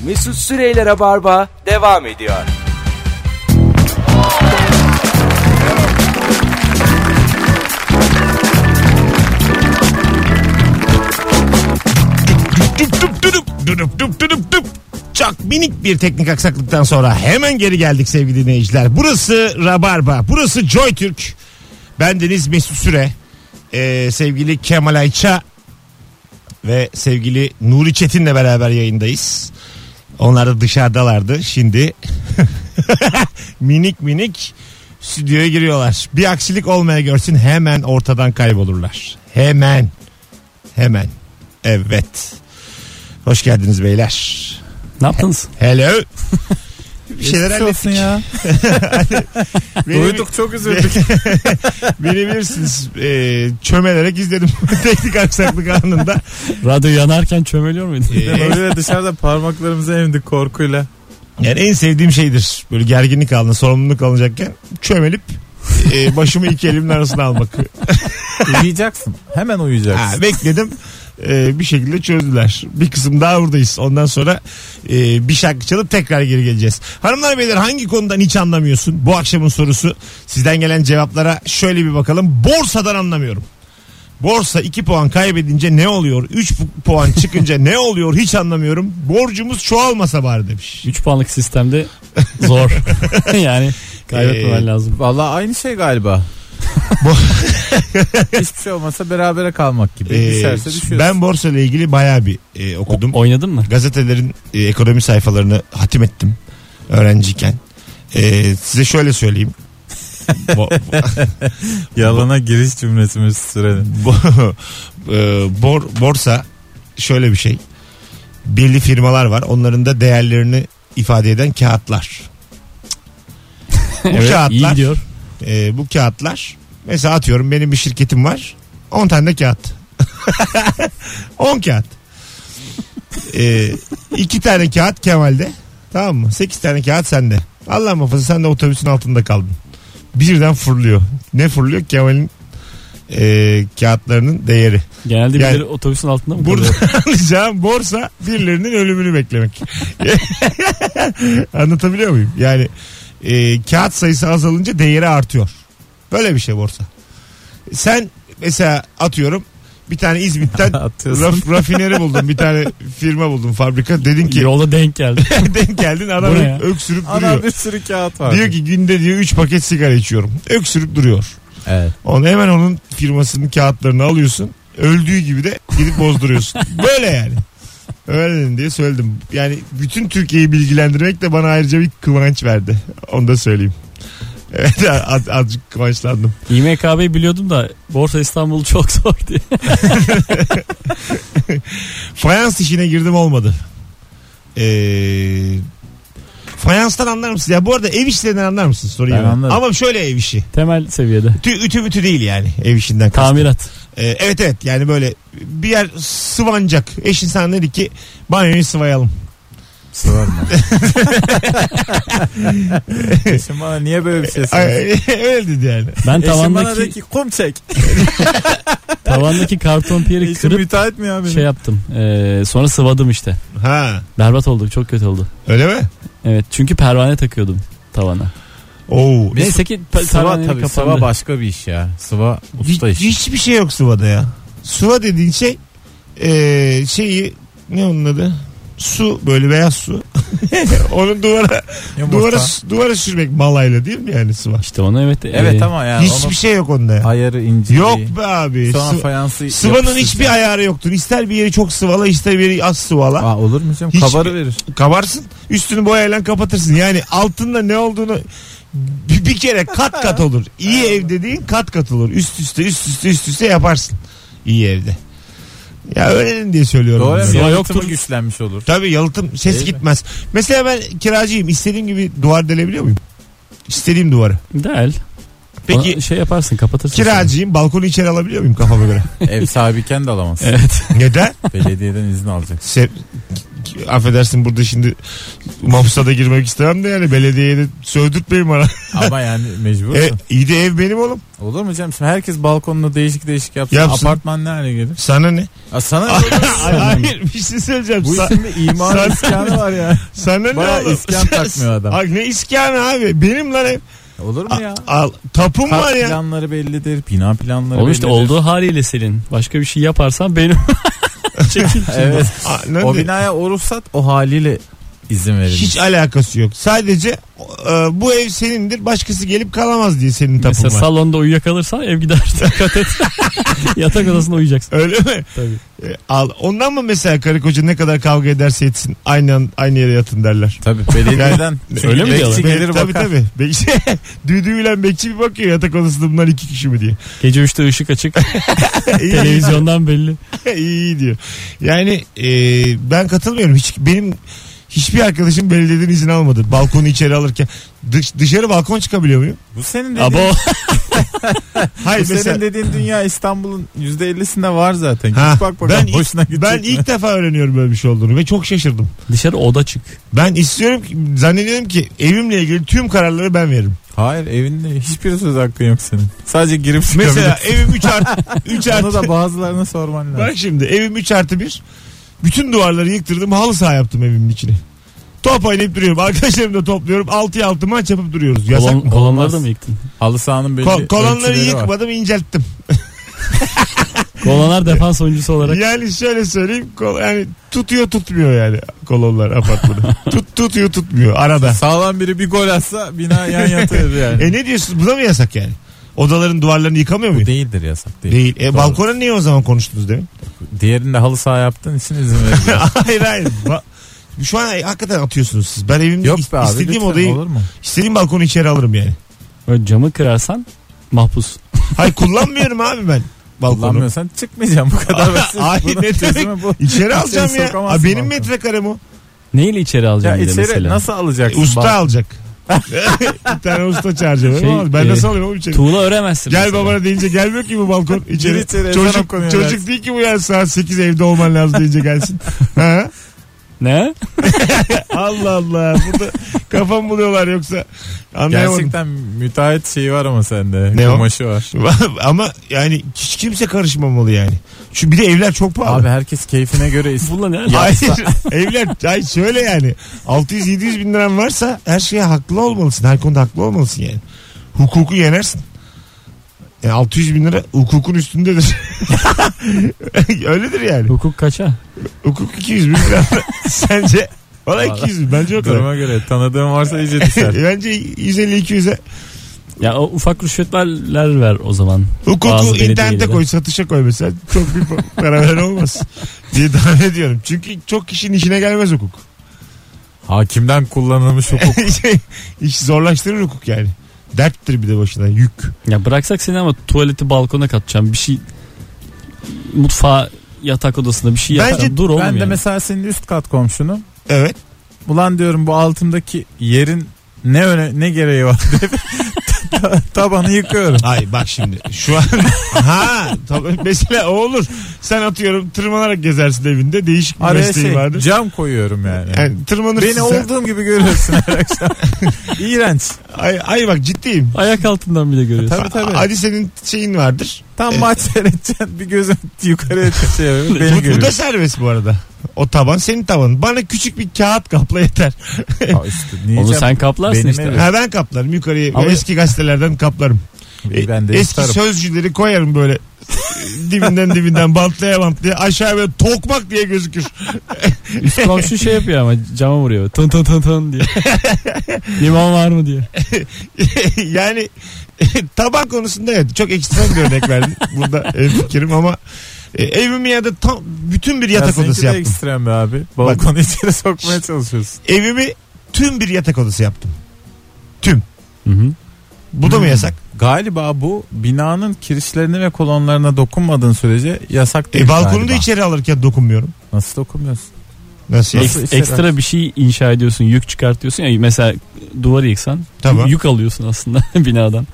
Speaker 1: Mesut Süreyler'e barba devam ediyor.
Speaker 2: Dup dup dup dup dup dup dup dup. Çok minik bir teknik aksaklıktan sonra hemen geri geldik sevgili dinleyiciler. Burası Rabarba. Burası Joy Türk. Ben Deniz Mesut Süre. Ee, sevgili Kemal Ayça ve sevgili Nuri Çetin'le beraber yayındayız. Onlar da dışarıdalardı. Şimdi minik minik stüdyoya giriyorlar. Bir aksilik olmaya görsün hemen ortadan kaybolurlar. Hemen. Hemen. Evet. Hoş geldiniz beyler.
Speaker 4: Ne yaptınız?
Speaker 2: Hello. Bir şeyler
Speaker 3: Geçmiş olsun
Speaker 2: hallettik.
Speaker 3: ya.
Speaker 2: Beni,
Speaker 3: Duyduk çok üzüldük.
Speaker 2: beni bilirsiniz. Ee, çömelerek izledim. Teknik aksaklık anında.
Speaker 4: Radyo yanarken çömeliyor muydu?
Speaker 2: Ee,
Speaker 3: Öyle dışarıda parmaklarımızı emdik korkuyla.
Speaker 2: Yani en sevdiğim şeydir. Böyle gerginlik alın, sorumluluk alınacakken çömelip e, başımı iki elimin arasına almak.
Speaker 3: Uyuyacaksın. Hemen
Speaker 2: Ha,
Speaker 3: uyuyacaksın.
Speaker 2: bekledim. E, bir şekilde çözdüler. Bir kısım daha buradayız. Ondan sonra e, bir şarkı çalıp tekrar geri geleceğiz. Hanımlar beyler hangi konudan hiç anlamıyorsun? Bu akşamın sorusu. Sizden gelen cevaplara şöyle bir bakalım. Borsadan anlamıyorum. Borsa 2 puan kaybedince ne oluyor? 3 puan çıkınca ne oluyor? Hiç anlamıyorum. Borcumuz çoğalmasa bari demiş.
Speaker 4: 3 puanlık sistemde zor. yani kaybetmemen
Speaker 2: Ee,
Speaker 4: lazım.
Speaker 3: Vallahi aynı şey galiba. Hiçbir şey olmasa berabere kalmak gibi.
Speaker 2: Ee,
Speaker 3: Düşerse düşüyorsun.
Speaker 2: ben borsa ile ilgili bayağı bir e, okudum.
Speaker 4: Oynadın mı?
Speaker 2: Gazetelerin e, ekonomi sayfalarını hatim ettim öğrenciyken. E, size şöyle söyleyeyim. Bo-
Speaker 3: Yalana giriş cümlesimiz süreli.
Speaker 2: bo- e, bor, borsa şöyle bir şey. Belli firmalar var. Onların da değerlerini ifade eden kağıtlar.
Speaker 4: Evet, iyi
Speaker 2: kağıtlar-
Speaker 4: gidiyor.
Speaker 2: E, bu kağıtlar mesela atıyorum benim bir şirketim var. 10 tane de kağıt. 10 kağıt. 2 tane kağıt Kemal'de. Tamam mı? 8 tane kağıt sende. Allah muhafaza sen de otobüsün altında kaldın. Birden fırlıyor. Ne fırlıyor? Kemal'in e, kağıtlarının değeri.
Speaker 4: Genelde
Speaker 2: Yani-
Speaker 4: birileri otobüsün altında mı
Speaker 2: Burada
Speaker 4: kalıyor?
Speaker 2: anlayacağım borsa birilerinin ölümünü beklemek. Anlatabiliyor muyum? Yani e, kağıt sayısı azalınca değeri artıyor. Böyle bir şey borsa. Sen mesela atıyorum bir tane İzmit'ten
Speaker 3: Atıyorsun.
Speaker 2: raf, rafineri buldun. Bir tane firma buldun fabrika. Dedin ki
Speaker 4: Yolda denk geldi.
Speaker 2: denk geldin adam
Speaker 4: Bu ne ya?
Speaker 2: öksürüp
Speaker 3: Ana
Speaker 2: duruyor.
Speaker 3: bir sürü kağıt var.
Speaker 2: Diyor ki günde diyor 3 paket sigara içiyorum. Öksürüp duruyor.
Speaker 3: Evet.
Speaker 2: Onu hemen onun firmasının kağıtlarını alıyorsun. Öldüğü gibi de gidip bozduruyorsun. Böyle yani. Öğrenin diye söyledim. Yani bütün Türkiye'yi bilgilendirmek de bana ayrıca bir kıvanç verdi. Onu da söyleyeyim. Evet az, azıcık kıvançlandım.
Speaker 4: İMKB'yi biliyordum da Borsa İstanbul çok zor diye.
Speaker 2: Fayans işine girdim olmadı. Ee, fayanstan anlar mısınız? Ya bu arada ev işlerinden anlar mısınız? Sorayım.
Speaker 3: Ben anlarım.
Speaker 2: Ama şöyle ev işi.
Speaker 4: Temel seviyede.
Speaker 2: Tü, ütü mütü değil yani ev işinden. kastım.
Speaker 4: Tamirat.
Speaker 2: Ee, evet evet yani böyle bir yer sıvanacak. Eşin sana dedi ki banyoyu sıvayalım.
Speaker 3: Sorma. Eşim bana niye böyle bir şey söylüyorsun?
Speaker 2: Ay, öyle dedi yani.
Speaker 4: Ben
Speaker 3: Eşim bana dedi
Speaker 4: tavandaki
Speaker 3: ki kum çek.
Speaker 4: tavandaki karton piyeri
Speaker 3: Eşim
Speaker 4: kırıp
Speaker 3: müteahhit mi ya benim?
Speaker 4: şey yaptım. Ee, sonra sıvadım işte.
Speaker 2: Ha
Speaker 4: Berbat oldu. Çok kötü oldu.
Speaker 2: öyle mi?
Speaker 4: Evet. Çünkü pervane takıyordum tavana.
Speaker 2: Oo.
Speaker 3: Biz-
Speaker 4: Neyse ki pe-
Speaker 3: Sıva
Speaker 4: pervanenin
Speaker 3: tabii. Sıva
Speaker 4: kapandı.
Speaker 3: başka bir iş ya. Sıva usta
Speaker 2: Hiç,
Speaker 3: işi.
Speaker 2: hiçbir şey yok sıvada ya. Sıva dediğin şey eee, şeyi ne onun adı? Su böyle beyaz su. Onun duvara
Speaker 3: Yumurta.
Speaker 2: duvara duvara sürmek malayla değil mi yani sıva?
Speaker 4: İşte onu evet.
Speaker 3: Evet
Speaker 4: e,
Speaker 3: ama yani
Speaker 2: Hiçbir
Speaker 3: onun
Speaker 2: şey yok onda ya.
Speaker 3: ayarı ince.
Speaker 2: Yok
Speaker 3: değil.
Speaker 2: be abi.
Speaker 3: Sonra
Speaker 2: Sıva-
Speaker 3: fayansı
Speaker 2: sıvanın
Speaker 3: yapıştır.
Speaker 2: hiçbir ayarı yoktur. İster bir yeri çok sıvala, ister bir yeri az sıvala.
Speaker 3: Aa, olur mu canım?
Speaker 2: Hiçbir-
Speaker 3: Kabarı verir.
Speaker 2: kabarsın. Üstünü boyayla kapatırsın. Yani altında ne olduğunu bir, bir kere kat kat olur. İyi ev dediğin kat kat olur. Üst üste üst üste üst üste yaparsın. İyi evde. Ya öğrenin diye söylüyorum.
Speaker 3: Doğru
Speaker 2: bunları.
Speaker 3: mu?
Speaker 4: Sıva
Speaker 3: Yalıtımı
Speaker 4: yoktur.
Speaker 3: güçlenmiş olur.
Speaker 2: Tabii yalıtım ses
Speaker 3: Değil mi?
Speaker 2: gitmez. Mesela ben kiracıyım. İstediğim gibi duvar delebiliyor muyum? İstediğim duvarı.
Speaker 4: Değil.
Speaker 2: Peki
Speaker 4: Ona şey yaparsın kapatırsın.
Speaker 2: kiracıyım. Balkonu içeri alabiliyor muyum kafama göre?
Speaker 3: Ev sahibiken de alamaz.
Speaker 4: sonra. Evet.
Speaker 2: Neden?
Speaker 3: Belediyeden izin alacaksın.
Speaker 2: Se- affedersin burada şimdi mahpusa da girmek istemem de yani belediyeye de sövdürtmeyin bana.
Speaker 3: Ama yani
Speaker 2: E,
Speaker 3: mecbursun.
Speaker 2: iyi de ev benim oğlum.
Speaker 3: Olur mu canım? Şimdi herkes balkonunu değişik değişik yapsın.
Speaker 2: Yapsın.
Speaker 3: Apartman ne hale gelir?
Speaker 2: Sana ne?
Speaker 3: Aa, sana
Speaker 2: Hayır bir şey söyleyeceğim.
Speaker 3: bu
Speaker 2: Sa-
Speaker 3: işin bir
Speaker 2: sen-
Speaker 3: iman iskanı var ya.
Speaker 2: sana ne
Speaker 3: Bayağı
Speaker 2: oğlum?
Speaker 3: iskan takmıyor adam.
Speaker 2: Ay, ne iskanı abi? Benim lan ev.
Speaker 3: Olur mu ya?
Speaker 2: A- Al, tapum var
Speaker 3: Park
Speaker 2: ya.
Speaker 3: planları bellidir, bina planları
Speaker 4: Oğlum
Speaker 3: bellidir.
Speaker 4: işte olduğu haliyle Selin. Başka bir şey yaparsan benim. Çekil.
Speaker 3: Evet.
Speaker 2: Aa, ne
Speaker 3: o
Speaker 2: diyor?
Speaker 3: binaya o ruhsat o haliyle izin verilmiş.
Speaker 2: Hiç alakası yok. Sadece e, bu ev senindir. Başkası gelip kalamaz diye senin tapun
Speaker 4: Mesela
Speaker 2: var.
Speaker 4: salonda uyuyakalırsan ev gider. Dikkat et. Yatak odasında uyuyacaksın.
Speaker 2: Öyle mi?
Speaker 4: Tabii.
Speaker 2: E, al. Ondan mı mesela karı koca ne kadar kavga ederse etsin aynı an- aynı yere yatın derler.
Speaker 3: Tabii belediyeden. Çünkü
Speaker 4: Öyle mi
Speaker 3: bekçi
Speaker 4: diyorlar?
Speaker 3: gelir
Speaker 2: Be- tabii
Speaker 3: bakar.
Speaker 2: tabii. Bekçi, düdüğüyle bekçi bir bakıyor yatak odasında bunlar iki kişi mi diye. E,
Speaker 4: Gece 3'te ışık açık.
Speaker 2: İyi.
Speaker 4: Televizyondan belli.
Speaker 2: iyi iyi diyor. Yani e, ben katılmıyorum. Hiç benim hiçbir arkadaşım belediyeden izin almadı. Balkonu içeri alırken Dış- dışarı balkon çıkabiliyor muyum?
Speaker 3: Bu senin dediğin,
Speaker 4: Abo.
Speaker 2: Hayır
Speaker 3: bu
Speaker 2: mesela
Speaker 3: senin dediğin dünya İstanbul'un %50'sinde var zaten.
Speaker 2: Ha,
Speaker 3: Hiç bak bakalım
Speaker 2: ben
Speaker 3: hoşuna gidecek
Speaker 2: ben
Speaker 3: mi?
Speaker 2: ilk defa öğreniyorum böyle bir şey olduğunu ve çok şaşırdım.
Speaker 4: Dışarı oda çık.
Speaker 2: Ben istiyorum ki zannediyorum ki evimle ilgili tüm kararları ben veririm.
Speaker 3: Hayır evinde hiçbir söz hakkın yok senin. Sadece girip çıkabilirsin.
Speaker 2: Mesela evim 3 artı 3
Speaker 3: Onu
Speaker 2: artı.
Speaker 3: da bazılarına sorman lazım.
Speaker 2: Bak şimdi evim 3 artı 1. Bütün duvarları yıktırdım halı saha yaptım evimin içine. Top oynayıp duruyorum. Arkadaşlarımı da topluyorum. 6'ya 6 maç yapıp duruyoruz. Yasak
Speaker 4: Kolon,
Speaker 2: mı?
Speaker 4: kolonları
Speaker 3: Olmaz.
Speaker 4: da mı yıktın?
Speaker 3: Halı sahanın belli
Speaker 2: Ko- kolonları
Speaker 3: ölçüleri var.
Speaker 2: yıkmadım incelttim.
Speaker 4: Kolonlar defans oyuncusu olarak.
Speaker 2: Yani şöyle söyleyeyim kol, yani tutuyor tutmuyor yani kolonlar apartmanı. Tut, tutuyor tutmuyor arada.
Speaker 3: Sağlam biri bir gol atsa bina yan yatıyor yani.
Speaker 2: E ne diyorsun buna mı yasak yani? Odaların duvarlarını yıkamıyor
Speaker 3: Bu
Speaker 2: muyum?
Speaker 3: değildir yasak değil.
Speaker 2: Değil. E,
Speaker 3: Doğru.
Speaker 2: balkona niye o zaman konuştunuz demin?
Speaker 3: Diğerinde halı saha yaptığın için izin verilmiyor.
Speaker 2: hayır hayır. Ba- Şu an e, hakikaten atıyorsunuz siz. Ben evimde
Speaker 3: Yok
Speaker 2: is-
Speaker 3: be abi.
Speaker 2: istediğim
Speaker 3: lütfen,
Speaker 2: odayı,
Speaker 3: Olur mu?
Speaker 2: istediğim balkonu içeri alırım yani.
Speaker 4: Böyle camı kırarsan mahpus.
Speaker 2: Hayır kullanmıyorum abi ben balkonu.
Speaker 3: Kullanmıyorsan çıkmayacağım bu kadar basit.
Speaker 2: Ay, ne
Speaker 3: Bunun
Speaker 2: demek?
Speaker 3: çözümü bu.
Speaker 2: İçeri alacağım
Speaker 3: İçeri
Speaker 2: ya.
Speaker 3: sokamazsın
Speaker 2: Aa, benim
Speaker 3: balkona.
Speaker 2: metrekarem o.
Speaker 4: Neyle içeri
Speaker 3: Ya
Speaker 4: alacaksın bir de
Speaker 3: içeri
Speaker 4: mesela?
Speaker 3: nasıl
Speaker 2: E,
Speaker 3: alacaksın?
Speaker 2: Usta
Speaker 3: Bak-
Speaker 2: alacak. bir tane usta çağıracağım.
Speaker 4: Şey,
Speaker 2: Ama ben
Speaker 4: e,
Speaker 2: nasıl alayım oğlum içeri?
Speaker 4: Tuğla öremezsin.
Speaker 2: Gel
Speaker 4: mesela.
Speaker 2: babana deyince gelmiyor ki bu balkon içeri.
Speaker 3: Gir içeri, ezan
Speaker 2: çocuk
Speaker 3: okunuyor
Speaker 2: çocuk
Speaker 3: dersin.
Speaker 2: değil ki bu yani saat 8 evde olman lazım deyince gelsin. ha?
Speaker 4: Ne?
Speaker 2: Allah Allah. Burada kafam buluyorlar yoksa anlayamadım.
Speaker 3: Gerçekten müteahhit şeyi var ama sende.
Speaker 2: Ne o?
Speaker 3: Kumaşı var.
Speaker 2: Ama yani hiç kimse karışmamalı yani. Şu bir de evler çok pahalı.
Speaker 3: Abi herkes keyfine göre is-
Speaker 4: Bununla ne?
Speaker 2: Hayır evler ay şöyle yani 600-700 bin liran varsa her şeye haklı olmalısın her konuda haklı olmalısın yani hukuku yenersin E, 600 bin lira hukukun üstündedir öyledir yani
Speaker 4: Hukuk kaça?
Speaker 2: hukuk 200 bin lira sence valla 200 bin bence o kadar
Speaker 3: Duruma göre tanıdığım varsa iyice düşer.
Speaker 2: bence 150-200'e
Speaker 4: Ya o ufak rüşvetler ver o zaman. Bazı
Speaker 2: hukuku
Speaker 4: belediyeler.
Speaker 2: internete koy satışa koy mesela çok bir para veren olmaz diye devam ediyorum çünkü çok kişinin işine gelmez hukuk
Speaker 3: Hakimden kullanılmış hukuk.
Speaker 2: şey, iş zorlaştırır hukuk yani. Derttir bir de başına yük.
Speaker 4: Ya bıraksak seni ama tuvaleti balkona katacağım. Bir şey mutfağa yatak odasında bir şey
Speaker 2: Bence-
Speaker 4: yapacağım. Dur oğlum
Speaker 3: ben de
Speaker 4: yani.
Speaker 3: mesela senin üst kat komşunu.
Speaker 2: Evet.
Speaker 3: Ulan diyorum bu altımdaki yerin ne öne, ne gereği var deyip ta- tabanı yıkıyorum.
Speaker 2: Ay bak şimdi şu an ha tabii mesela o olur. Sen atıyorum tırmanarak gezersin evinde değişik bir
Speaker 3: Araya
Speaker 2: mesleğin
Speaker 3: şey
Speaker 2: vardır.
Speaker 3: cam koyuyorum yani.
Speaker 2: Yani tırmanırsın
Speaker 3: Beni
Speaker 2: sen.
Speaker 3: olduğum gibi görüyorsun her akşam. İğrenç.
Speaker 2: Ay, ay bak ciddiyim.
Speaker 4: Ayak altından bile görüyorsun.
Speaker 3: Tabii tabii.
Speaker 2: Hadi senin şeyin vardır.
Speaker 3: Tam maç seyredeceksin bir gözün yukarıya şey yapıyor, beni
Speaker 2: Bu, bu da
Speaker 3: görüyor.
Speaker 2: serbest bu arada. O taban senin tabanın. Bana küçük bir kağıt kapla yeter.
Speaker 3: Aa, işte, niye
Speaker 4: Onu
Speaker 3: cam-
Speaker 4: sen kaplarsın
Speaker 3: Benim
Speaker 4: işte.
Speaker 3: evim.
Speaker 2: Ha ben kaplarım yukarıya.
Speaker 4: Ama-
Speaker 2: Eski gazetelerden kaplarım.
Speaker 3: Ben de
Speaker 2: Eski
Speaker 3: isterim.
Speaker 2: sözcüleri koyarım böyle dibinden dibinden bantlaya bantlaya aşağı böyle tokmak diye gözükür.
Speaker 4: Üst komşu şey yapıyor ama cama vuruyor. Tın tın tın tın diye. Limon var mı diye.
Speaker 2: yani taban konusunda evet çok ekstrem bir örnek verdim burada en fikrim ama e, evimi ya da tam bütün bir yatak
Speaker 3: seninki
Speaker 2: odası
Speaker 3: de
Speaker 2: yaptım.
Speaker 3: ekstrem be abi. Balkonu içeri sokmaya çalışıyorsun.
Speaker 2: Evimi tüm bir yatak odası yaptım. Bu da mı
Speaker 3: Hmm.
Speaker 2: yasak? E,
Speaker 3: Galiba bu binanın kirişlerine ve kolonlarına dokunmadığın sürece yasak değil
Speaker 2: E, balkonu da
Speaker 3: galiba.
Speaker 2: içeri alırken dokunmuyorum.
Speaker 3: Nasıl dokunmuyorsun?
Speaker 2: Nasıl? ya?
Speaker 3: Nasıl
Speaker 4: Ek-
Speaker 3: işler
Speaker 4: ekstra bir şey inşa ediyorsun. Yük çıkartıyorsun ya. Mesela duvarı yıksan.
Speaker 2: Tamam.
Speaker 4: Yük alıyorsun aslında binadan.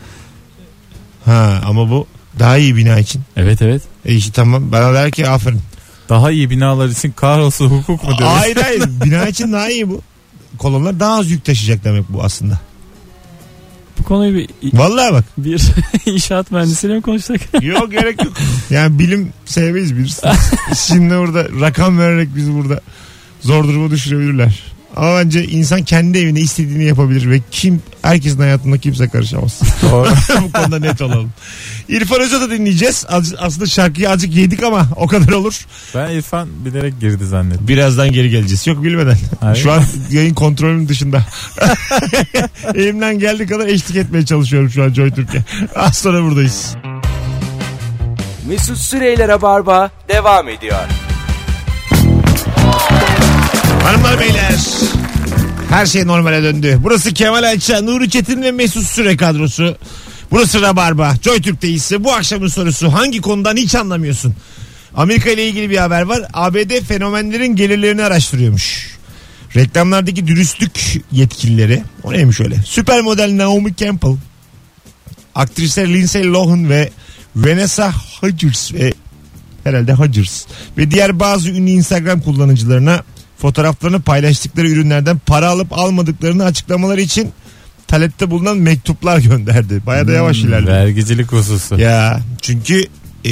Speaker 2: Ha ama bu daha iyi bina için.
Speaker 4: Evet evet.
Speaker 2: E işte tamam. Bana der ki aferin.
Speaker 3: Daha iyi binalar için kahrolsun hukuk mu diyoruz?
Speaker 2: Hayır hayır. Bina için daha iyi bu. Kolonlar daha az yük taşıyacak demek bu aslında.
Speaker 4: Bu konuyu bir,
Speaker 2: Vallahi bak.
Speaker 4: bir inşaat mühendisiyle mi konuşsak?
Speaker 2: Yok gerek yok. Yani bilim sevmeyiz bilirsiniz. Şimdi burada rakam vererek bizi burada zor duruma düşürebilirler. Ama bence insan kendi evine istediğini yapabilir ve kim herkesin hayatında kimse karışamaz.
Speaker 3: Doğru.
Speaker 2: Bu konuda net olalım. İrfan Hoca da dinleyeceğiz. Az- Aslında şarkıyı azıcık yedik ama o kadar olur.
Speaker 3: ben İrfan bilerek girdi zannettim.
Speaker 2: Birazdan geri geleceğiz. Yok bilmeden.
Speaker 3: Hayır.
Speaker 2: Şu an yayın kontrolüm dışında. Elimden geldiği kadar eşlik etmeye çalışıyorum şu an Joy Türk'e. Az sonra buradayız.
Speaker 1: Mesut Süreyler'e barba devam ediyor.
Speaker 2: Hanımlar beyler. Her şey normale döndü. Burası Kemal Ayça, Nuri Çetin ve Mesut Süre kadrosu. Burası Rabarba. Joy Türk'teyiz. Bu akşamın sorusu hangi konudan hiç anlamıyorsun? Amerika ile ilgili bir haber var. ABD fenomenlerin gelirlerini araştırıyormuş. Reklamlardaki dürüstlük yetkilileri. O neymiş öyle? Süper model Naomi Campbell. Aktrisler Lindsay Lohan ve Vanessa Hudgens ve herhalde Hodgers ve diğer bazı ünlü Instagram kullanıcılarına fotoğraflarını paylaştıkları ürünlerden para alıp almadıklarını açıklamaları için talepte bulunan mektuplar gönderdi. Baya da yavaş
Speaker 3: Hmm,
Speaker 2: ilerledi.
Speaker 3: Vergicilik hususu.
Speaker 2: Ya çünkü e,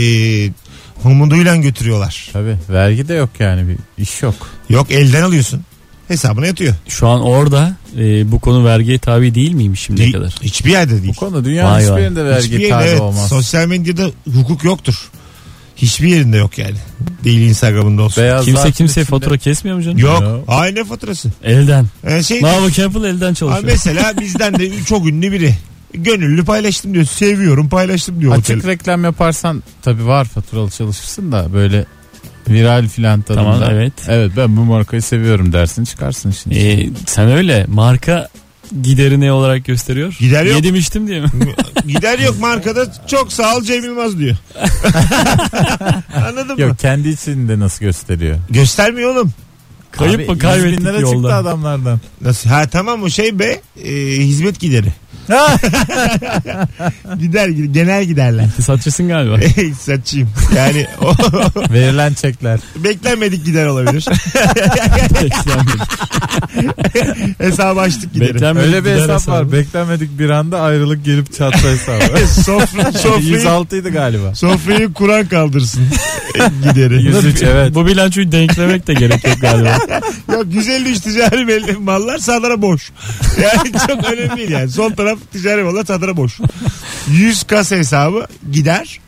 Speaker 2: humuduyla götürüyorlar.
Speaker 3: Tabii vergi de yok yani bir iş yok.
Speaker 2: Yok elden alıyorsun. Hesabına yatıyor.
Speaker 4: Şu an orada e, bu konu vergiye tabi değil miymiş şimdiye
Speaker 2: Değil-
Speaker 4: kadar?
Speaker 2: Hiçbir yerde
Speaker 3: Bu
Speaker 2: değil.
Speaker 3: konuda dünyanın
Speaker 4: Vay
Speaker 3: hiçbir
Speaker 4: vay.
Speaker 3: yerinde
Speaker 2: Hiçbir
Speaker 3: vergi
Speaker 2: yerde
Speaker 3: tarzı
Speaker 2: evet.
Speaker 3: olmaz.
Speaker 2: Sosyal medyada hukuk yoktur. Hiçbir yerinde yok yani. Değil Instagram'ında olsun.
Speaker 3: Beyaz
Speaker 4: Kimse
Speaker 3: zarfın
Speaker 4: kimseye
Speaker 3: içinde-
Speaker 4: fatura kesmiyor mu canım?
Speaker 2: Yok.
Speaker 3: Yok.
Speaker 2: Aynı faturası.
Speaker 4: Elden.
Speaker 2: Ee, şey
Speaker 4: Navu Campbell elden
Speaker 2: Ha
Speaker 4: çalışıyor.
Speaker 2: mesela bizden de çok ünlü biri. Gönüllü paylaştım diyor. Seviyorum paylaştım diyor
Speaker 3: Açık
Speaker 2: otel.
Speaker 3: reklam yaparsan tabi var faturalı çalışırsın da böyle viral filan tadında.
Speaker 4: Tamam evet.
Speaker 3: Evet ben bu markayı seviyorum dersin çıkarsın şimdi.
Speaker 4: Ee, sen öyle marka gideri ne olarak gösteriyor?
Speaker 2: Gider yok.
Speaker 4: Yedim içtim diye mi?
Speaker 2: Gider yok markada çok sağ ol Cem Yılmaz diyor. Anladın mı?
Speaker 3: Yok kendi içinde nasıl gösteriyor?
Speaker 2: Göstermiyor oğlum.
Speaker 4: Kayıp mı
Speaker 3: yüz
Speaker 4: kaybettik
Speaker 3: bin lira çıktı
Speaker 4: yolda.
Speaker 3: adamlardan.
Speaker 2: Nasıl? Ha tamam o şey be e, hizmet gideri. Gider genel giderler.
Speaker 4: İktisatçısın galiba.
Speaker 2: Saçayım. Yani o
Speaker 3: Verilen çekler.
Speaker 2: beklenmedik gider olabilir.
Speaker 4: Beklenmedik.
Speaker 2: Hesabı açtık gideri.
Speaker 4: Beklenmedik
Speaker 3: Öyle bir
Speaker 4: gider
Speaker 3: hesap var.
Speaker 4: hesabı.
Speaker 3: Beklenmedik bir anda ayrılık gelip çatla hesabı.
Speaker 2: Sofra, sofrayı,
Speaker 3: 106 idi galiba.
Speaker 2: sofrayı kuran kaldırsın E,
Speaker 4: Bu da-
Speaker 2: gideri.
Speaker 3: 103 evet.
Speaker 4: Bu bilançoyu denklemek de gerek yok galiba.
Speaker 2: Yok 153 ticari mel- mallar sağlara boş. Yani çok önemli değil yani. Son taraf ticari mallar sağlara boş. 100 kas hesabı gider.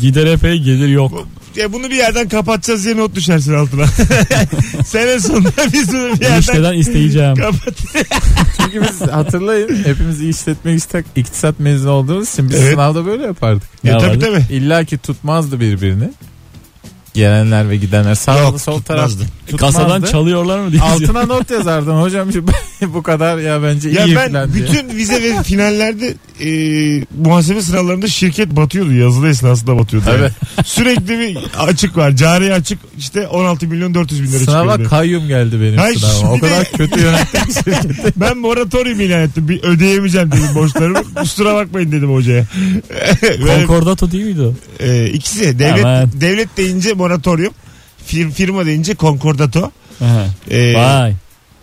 Speaker 4: Gider epey gelir yok.
Speaker 2: Ya E, bunu bir yerden kapatacağız diye not düşersin altına. Sene sonunda biz bunu bir
Speaker 4: Bu
Speaker 2: yerden
Speaker 4: işteden isteyeceğim.
Speaker 2: kapat.
Speaker 3: Çünkü biz hatırlayın hepimiz iyi işletme istek, iktisat mezunu olduğumuz için biz
Speaker 2: Evet.
Speaker 3: sınavda böyle yapardık.
Speaker 2: Ya,
Speaker 4: Ne
Speaker 2: E, tabii
Speaker 4: vardı?
Speaker 2: tabii.
Speaker 3: İlla ki tutmazdı birbirini. Gelenler ve gidenler sağ
Speaker 2: Yok,
Speaker 3: sol taraf
Speaker 2: tutmazdı.
Speaker 3: tutmazdı.
Speaker 4: Kasadan çalıyorlar mı diye.
Speaker 3: Altına not yazardın hocam şu- bu kadar ya bence
Speaker 2: Ya
Speaker 3: iyi
Speaker 2: ben
Speaker 3: falan diye.
Speaker 2: bütün vize ve finallerde e, muhasebe sınavlarında şirket batıyordu. Yazılı esnasında batıyordu. yani.
Speaker 3: Evet.
Speaker 2: Sürekli bir açık var. Cari açık işte 16 milyon 400 bin lira çıkıyordu.
Speaker 3: Sınava kayyum geldi benim
Speaker 2: Ay,
Speaker 3: sınavıma. O
Speaker 2: bir de-
Speaker 3: kadar kötü yönettim ki şirketi.
Speaker 2: Ben moratorium ilan ettim. Bir ödeyemeyeceğim dedim borçlarımı. Kusura bakmayın dedim hocaya. Böyle,
Speaker 4: Konkordato değil miydi o?
Speaker 2: e, ikisi devlet
Speaker 4: Aman.
Speaker 2: devlet deyince moratorium. Fir, firma deyince konkordato.
Speaker 3: Ee,
Speaker 4: Aha.
Speaker 2: E,
Speaker 4: Vay.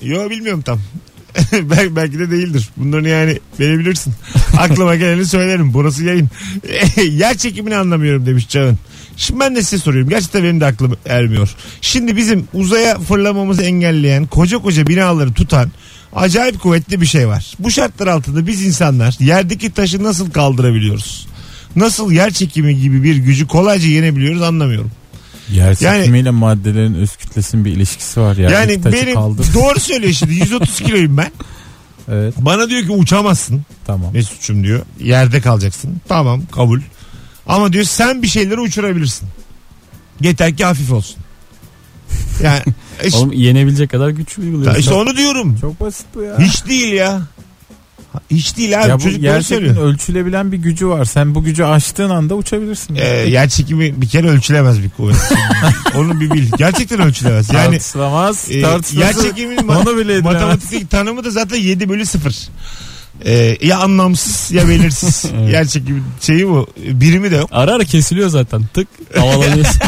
Speaker 2: yo bilmiyorum tam. Bel- belki de değildir. Bunların yani beni bilirsin. Aklıma geleni söylerim. Burası yayın. Yer çekimini anlamıyorum demiş Çağın. Şimdi ben de size soruyorum. Gerçekten benim de aklım ermiyor. Şimdi bizim uzaya fırlamamızı engelleyen koca koca binaları tutan acayip kuvvetli bir şey var. Bu şartlar altında biz insanlar yerdeki taşı nasıl kaldırabiliyoruz? Nasıl yer çekimi gibi bir gücü kolayca yenebiliyoruz anlamıyorum.
Speaker 3: Yer
Speaker 2: Yani-
Speaker 3: çekimiyle maddelerin öz kütlesinin bir ilişkisi var ya.
Speaker 2: yani
Speaker 3: İki taşı
Speaker 2: benim
Speaker 3: kaldı.
Speaker 2: doğru söylüyor şimdi 130 kiloyum ben.
Speaker 3: Evet
Speaker 2: Bana diyor ki uçamazsın.
Speaker 3: tamam.
Speaker 2: Mesut'cum diyor. Yerde kalacaksın. Tamam kabul. Ama diyor sen bir şeyleri uçurabilirsin. Yeter ki hafif olsun. Yani işte,
Speaker 4: Oğlum yenebilecek kadar güç uyguluyor.
Speaker 2: işte onu diyorum.
Speaker 3: Çok basit bu ya.
Speaker 2: Hiç değil ya. Hiç değil abi.
Speaker 3: ya bu
Speaker 2: Çocuk böyle
Speaker 3: gerçekten
Speaker 2: söylüyor.
Speaker 3: ölçülebilen bir gücü var. Sen bu gücü aştığın anda uçabilirsin.
Speaker 2: Ee, yer çekimi bir kere ölçülemez bir kuvvet. onu bir bil. Gerçekten ölçülemez. Yani
Speaker 3: tartışılamaz.
Speaker 2: e, yer
Speaker 3: tartışılması
Speaker 2: çekiminin ma-
Speaker 3: onu bile edilemez.
Speaker 2: matematik tanımı da zaten 7 bölü 0. Ee, ya anlamsız ya belirsiz.
Speaker 4: Evet.
Speaker 2: Yer çekimi şeyi bu. Birimi de yok.
Speaker 4: Ara ara kesiliyor zaten. Tık havalanıyorsun.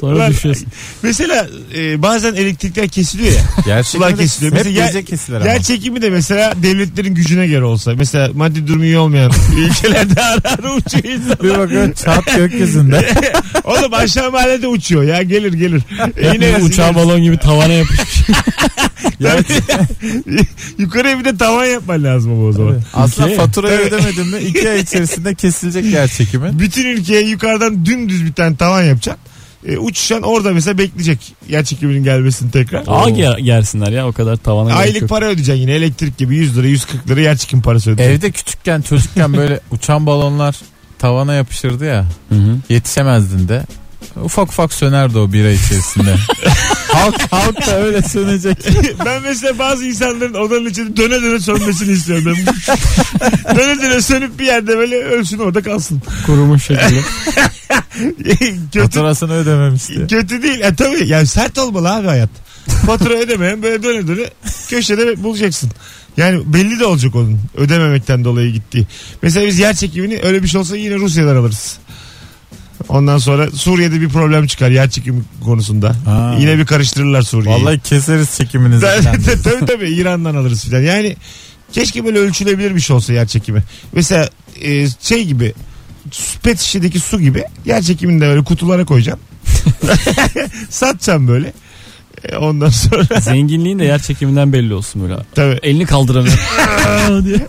Speaker 4: Sonra
Speaker 2: Ulan,
Speaker 4: düşüyorsun.
Speaker 2: Mesela e, bazen elektrikler kesiliyor ya.
Speaker 3: Yer
Speaker 2: Sular kesiliyor.
Speaker 3: çekimi hep
Speaker 2: Mesela yer-
Speaker 3: gece kesilir ama.
Speaker 2: Yer çekimi de mesela devletlerin gücüne göre olsa. Mesela maddi durumu iyi olmayan ülkelerde ara ara uçuyor insan.
Speaker 3: Bir bakın çat gökyüzünde.
Speaker 2: Oğlum aşağı mahallede uçuyor ya gelir gelir. E,
Speaker 4: Yine
Speaker 2: yine
Speaker 4: uçağın balon gibi tavana yapışmış.
Speaker 2: Tabii. Yukarıya bir de tavan yapman lazım ama o zaman.
Speaker 3: Aslında
Speaker 4: Ülkeye.
Speaker 3: faturayı ödemedin mi iki ay içerisinde kesilecek yer çekimi.
Speaker 2: Bütün ülkeye yukarıdan dümdüz bir tane tavan yapacaksın. E, uçuşan orada mesela bekleyecek yer çekiminin gelmesini tekrar.
Speaker 4: Ağ ger- gersinler ya o kadar tavana gerek
Speaker 2: Aylık
Speaker 4: yok.
Speaker 2: para ödeyeceksin yine elektrik gibi 100 lira 140 lira yer çekim parası ödeyeceksin.
Speaker 3: Evde küçükken çocukken böyle uçan balonlar tavana yapışırdı ya.
Speaker 4: Hı hı.
Speaker 3: Yetişemezdin de. Ufak ufak sönerdi o bira içerisinde. halk halk da öyle sönecek.
Speaker 2: ben mesela bazı insanların odanın içinde döne döne sönmesini istiyorum. Ben döne döne sönüp bir yerde böyle ölsün orada kalsın.
Speaker 4: Kurumuş şekilde.
Speaker 2: kötü,
Speaker 3: Faturasını ödememiş diye.
Speaker 2: kötü değil. E tabii yani sert olmalı abi hayat. Fatura ödemeyen böyle döne döne köşede bulacaksın. Yani belli de olacak onun ödememekten dolayı gittiği. Mesela biz yer çekimini öyle bir şey olsa yine Rusya'dan alırız. Ondan sonra Suriye'de bir problem çıkar yer çekimi konusunda.
Speaker 3: Ha.
Speaker 2: Yine bir karıştırırlar Suriye'yi.
Speaker 3: Vallahi keseriz çekiminizi. falan.
Speaker 2: tabii, tabii, tabii tabii İran'dan alırız filan. Yani keşke böyle ölçülebilir bir şey olsa yer çekimi. Mesela e, şey gibi su- pet şişedeki su gibi yer çekimini de böyle kutulara koyacaksın. Satacaksın böyle. E, Ondan sonra
Speaker 4: Zenginliğin de yer çekiminden belli olsun böyle.
Speaker 2: tabii.
Speaker 4: Elini kaldıramıyor. Aa diye.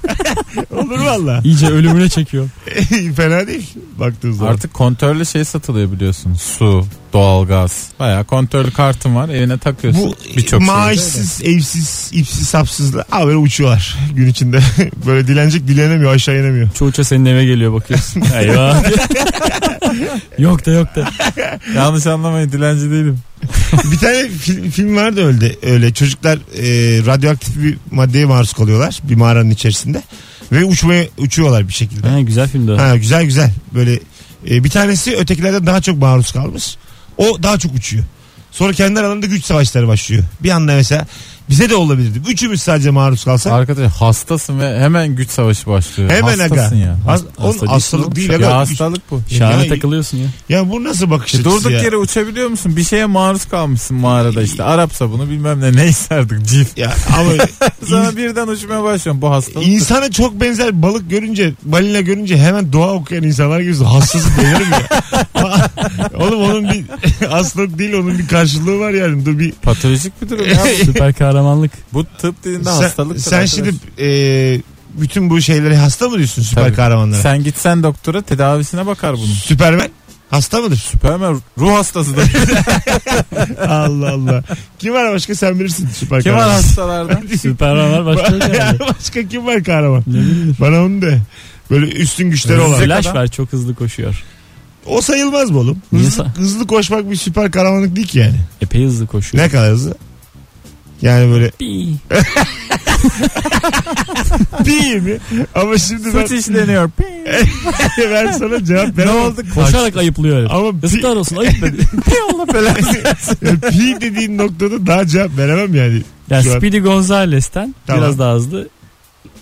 Speaker 2: Olur valla.
Speaker 4: İyice ölümüne çekiyor.
Speaker 2: Fena değil baktığınız zaman.
Speaker 3: Artık kontörlü şey satılıyor biliyorsun. Su, doğalgaz. Bayağı kontörlü kartın var. Evine takıyorsun.
Speaker 2: Bu
Speaker 3: Birçok şey.
Speaker 2: maaşsız, evsiz, ipsiz, sapsız da böyle uçuyorlar gün içinde. böyle dilenecek dilenemiyor aşağı inemiyor.
Speaker 4: Çoğuça senin eve geliyor bakıyorsun. Eyvah. yok da yok da.
Speaker 3: Yanlış anlamayın dilenci değilim.
Speaker 2: bir tane film, film vardı öyle öyle çocuklar e, radyoaktif bir maddeye maruz kalıyorlar bir mağaranın içerisinde ve uçmaya uçuyorlar bir şekilde.
Speaker 4: Ha, güzel filmdi o.
Speaker 2: Ha, güzel güzel böyle e, bir tanesi ötekilerden daha çok maruz kalmış. O daha çok uçuyor. Sonra kendi aralarında güç savaşları başlıyor. Bir anda mesela bize de olabilirdi. Üçümüz sadece maruz kalsak.
Speaker 3: Arkadaş hastasın ve hemen güç savaşı başlıyor.
Speaker 2: Hemen
Speaker 3: hastasın
Speaker 2: aga.
Speaker 3: ya.
Speaker 2: Az,
Speaker 4: Hasta
Speaker 2: onun
Speaker 4: değilsin
Speaker 2: hastalık
Speaker 4: oğlum.
Speaker 2: değil.
Speaker 3: Ya
Speaker 2: aga.
Speaker 3: hastalık bu.
Speaker 4: Şahane
Speaker 2: Ya-
Speaker 4: takılıyorsun ya.
Speaker 2: Ya bu nasıl bakış
Speaker 3: E
Speaker 2: açısı
Speaker 3: durduk
Speaker 2: ya?
Speaker 3: yere uçabiliyor musun? Bir şeye maruz kalmışsın mağarada işte. Arap sabunu bilmem ne neyse artık cif.
Speaker 2: Ya ama
Speaker 3: Sonra birden uçmaya başlıyorsun bu hastalık.
Speaker 2: İnsana çok benzer balık görünce, balina görünce hemen doğa okuyan insanlar gibi hassas denir mi ya? Oğlum onun bir hastalık değil onun bir karşılığı var yani. Dur bir
Speaker 3: Patolojik bir durum ya.
Speaker 4: Süper kahramanlık.
Speaker 3: bu tıp dilinde
Speaker 2: sen,
Speaker 3: hastalık.
Speaker 2: sen şimdi e, bütün bu şeylere hasta mı diyorsun süper
Speaker 3: Tabii.
Speaker 2: kahramanlara?
Speaker 3: sen gitsen doktora tedavisine bakar bunun.
Speaker 2: Süpermen hasta mıdır?
Speaker 3: Süpermen ruh hastası da.
Speaker 2: Allah Allah. Kim var başka sen bilirsin süper
Speaker 3: Kim var
Speaker 2: kahraman.
Speaker 3: hastalardan?
Speaker 4: Süper var başka yok herhalde.
Speaker 2: başka kim var kahraman?
Speaker 4: Ne bileyim.
Speaker 2: Bana onu de. Böyle üstün güçleri olan.
Speaker 4: Flash
Speaker 3: adam.
Speaker 4: var çok hızlı koşuyor.
Speaker 2: O sayılmaz mı oğlum?
Speaker 4: Niye
Speaker 2: Hızlı,
Speaker 4: sa-
Speaker 2: hızlı koşmak bir süper kahramanlık değil ki yani.
Speaker 4: Epey hızlı koşuyor.
Speaker 2: Ne kadar hızlı? Yani böyle
Speaker 4: Bii.
Speaker 2: değil mi? Ama şimdi ben,
Speaker 3: Suç işleniyor.
Speaker 2: ben sana cevap
Speaker 3: ne
Speaker 2: veremem.
Speaker 3: oldu?
Speaker 4: Koşarak ayıplıyor.
Speaker 2: Ama pi,
Speaker 4: Yazıklar olsun ayıp dedi.
Speaker 2: pi dediğin noktada daha cevap veremem yani.
Speaker 4: Yani
Speaker 2: Şu an-
Speaker 4: Speedy Gonzales'ten
Speaker 2: Tamam.
Speaker 4: biraz daha hızlı.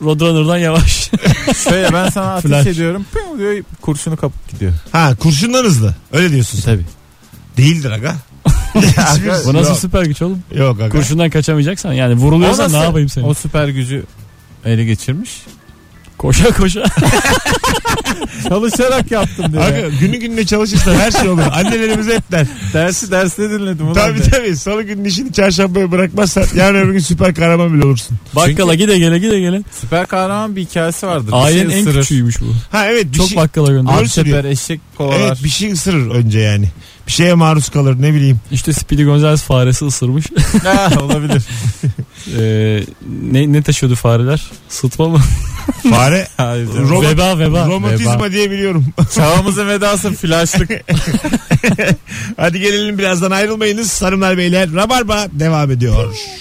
Speaker 4: Roadrunner'dan yavaş.
Speaker 3: Şöyle ben sana ateş
Speaker 4: Flash.
Speaker 3: ediyorum. Ping diyor kurşunu kapıp gidiyor.
Speaker 2: Ha kurşundan hızlı. Öyle diyorsun sen.
Speaker 4: Tabii.
Speaker 2: Değildir aga. Hiçbir-
Speaker 4: Bu nasıl
Speaker 2: Yok.
Speaker 4: süper güç oğlum?
Speaker 2: Yok aga.
Speaker 4: Kurşundan kaçamayacaksan yani vuruluyorsan
Speaker 3: O
Speaker 4: ne
Speaker 3: nasıl-
Speaker 4: yapayım seni?
Speaker 3: O süper gücü ele geçirmiş.
Speaker 4: Koşa koşa.
Speaker 3: Çalışarak yaptım diyor.
Speaker 2: Aga günü gününe çalışırsa her şey olur. Annelerimiz hep der.
Speaker 3: Dersi derste dinledim. ulan
Speaker 2: tabii
Speaker 3: ben.
Speaker 2: tabii. Salı günün işini çarşambaya bırakmazsan yarın öbür gün süper kahraman bile olursun.
Speaker 4: Bakkala gide gele gide gele.
Speaker 3: Süper kahraman bir hikayesi vardır. Bir
Speaker 4: Ailenin
Speaker 3: şey
Speaker 4: en
Speaker 3: ısırır.
Speaker 4: küçüğüymüş bu.
Speaker 2: Ha evet. Bir
Speaker 4: Çok
Speaker 2: şey,
Speaker 4: bakkala gönder.
Speaker 2: Abi-
Speaker 3: Alt
Speaker 2: ısırıyor.
Speaker 3: sefer eşek kovalar.
Speaker 2: Evet bir şey ısırır önce yani. Bir şeye maruz kalır ne bileyim.
Speaker 4: İşte Speedy Gonzales faresi ısırmış.
Speaker 3: Ha, olabilir.
Speaker 4: Ee, ne, ne taşıyordu fareler? Sıtma mı?
Speaker 2: Fare
Speaker 3: Hayır canım.
Speaker 2: Roma-
Speaker 4: veba veba.
Speaker 2: romatizma
Speaker 4: Veba.
Speaker 2: diye biliyorum.
Speaker 3: Çağımızın vedası flaşlık.
Speaker 2: Hadi gelelim birazdan ayrılmayınız. Sarımlar Beyler Rabarba devam ediyor.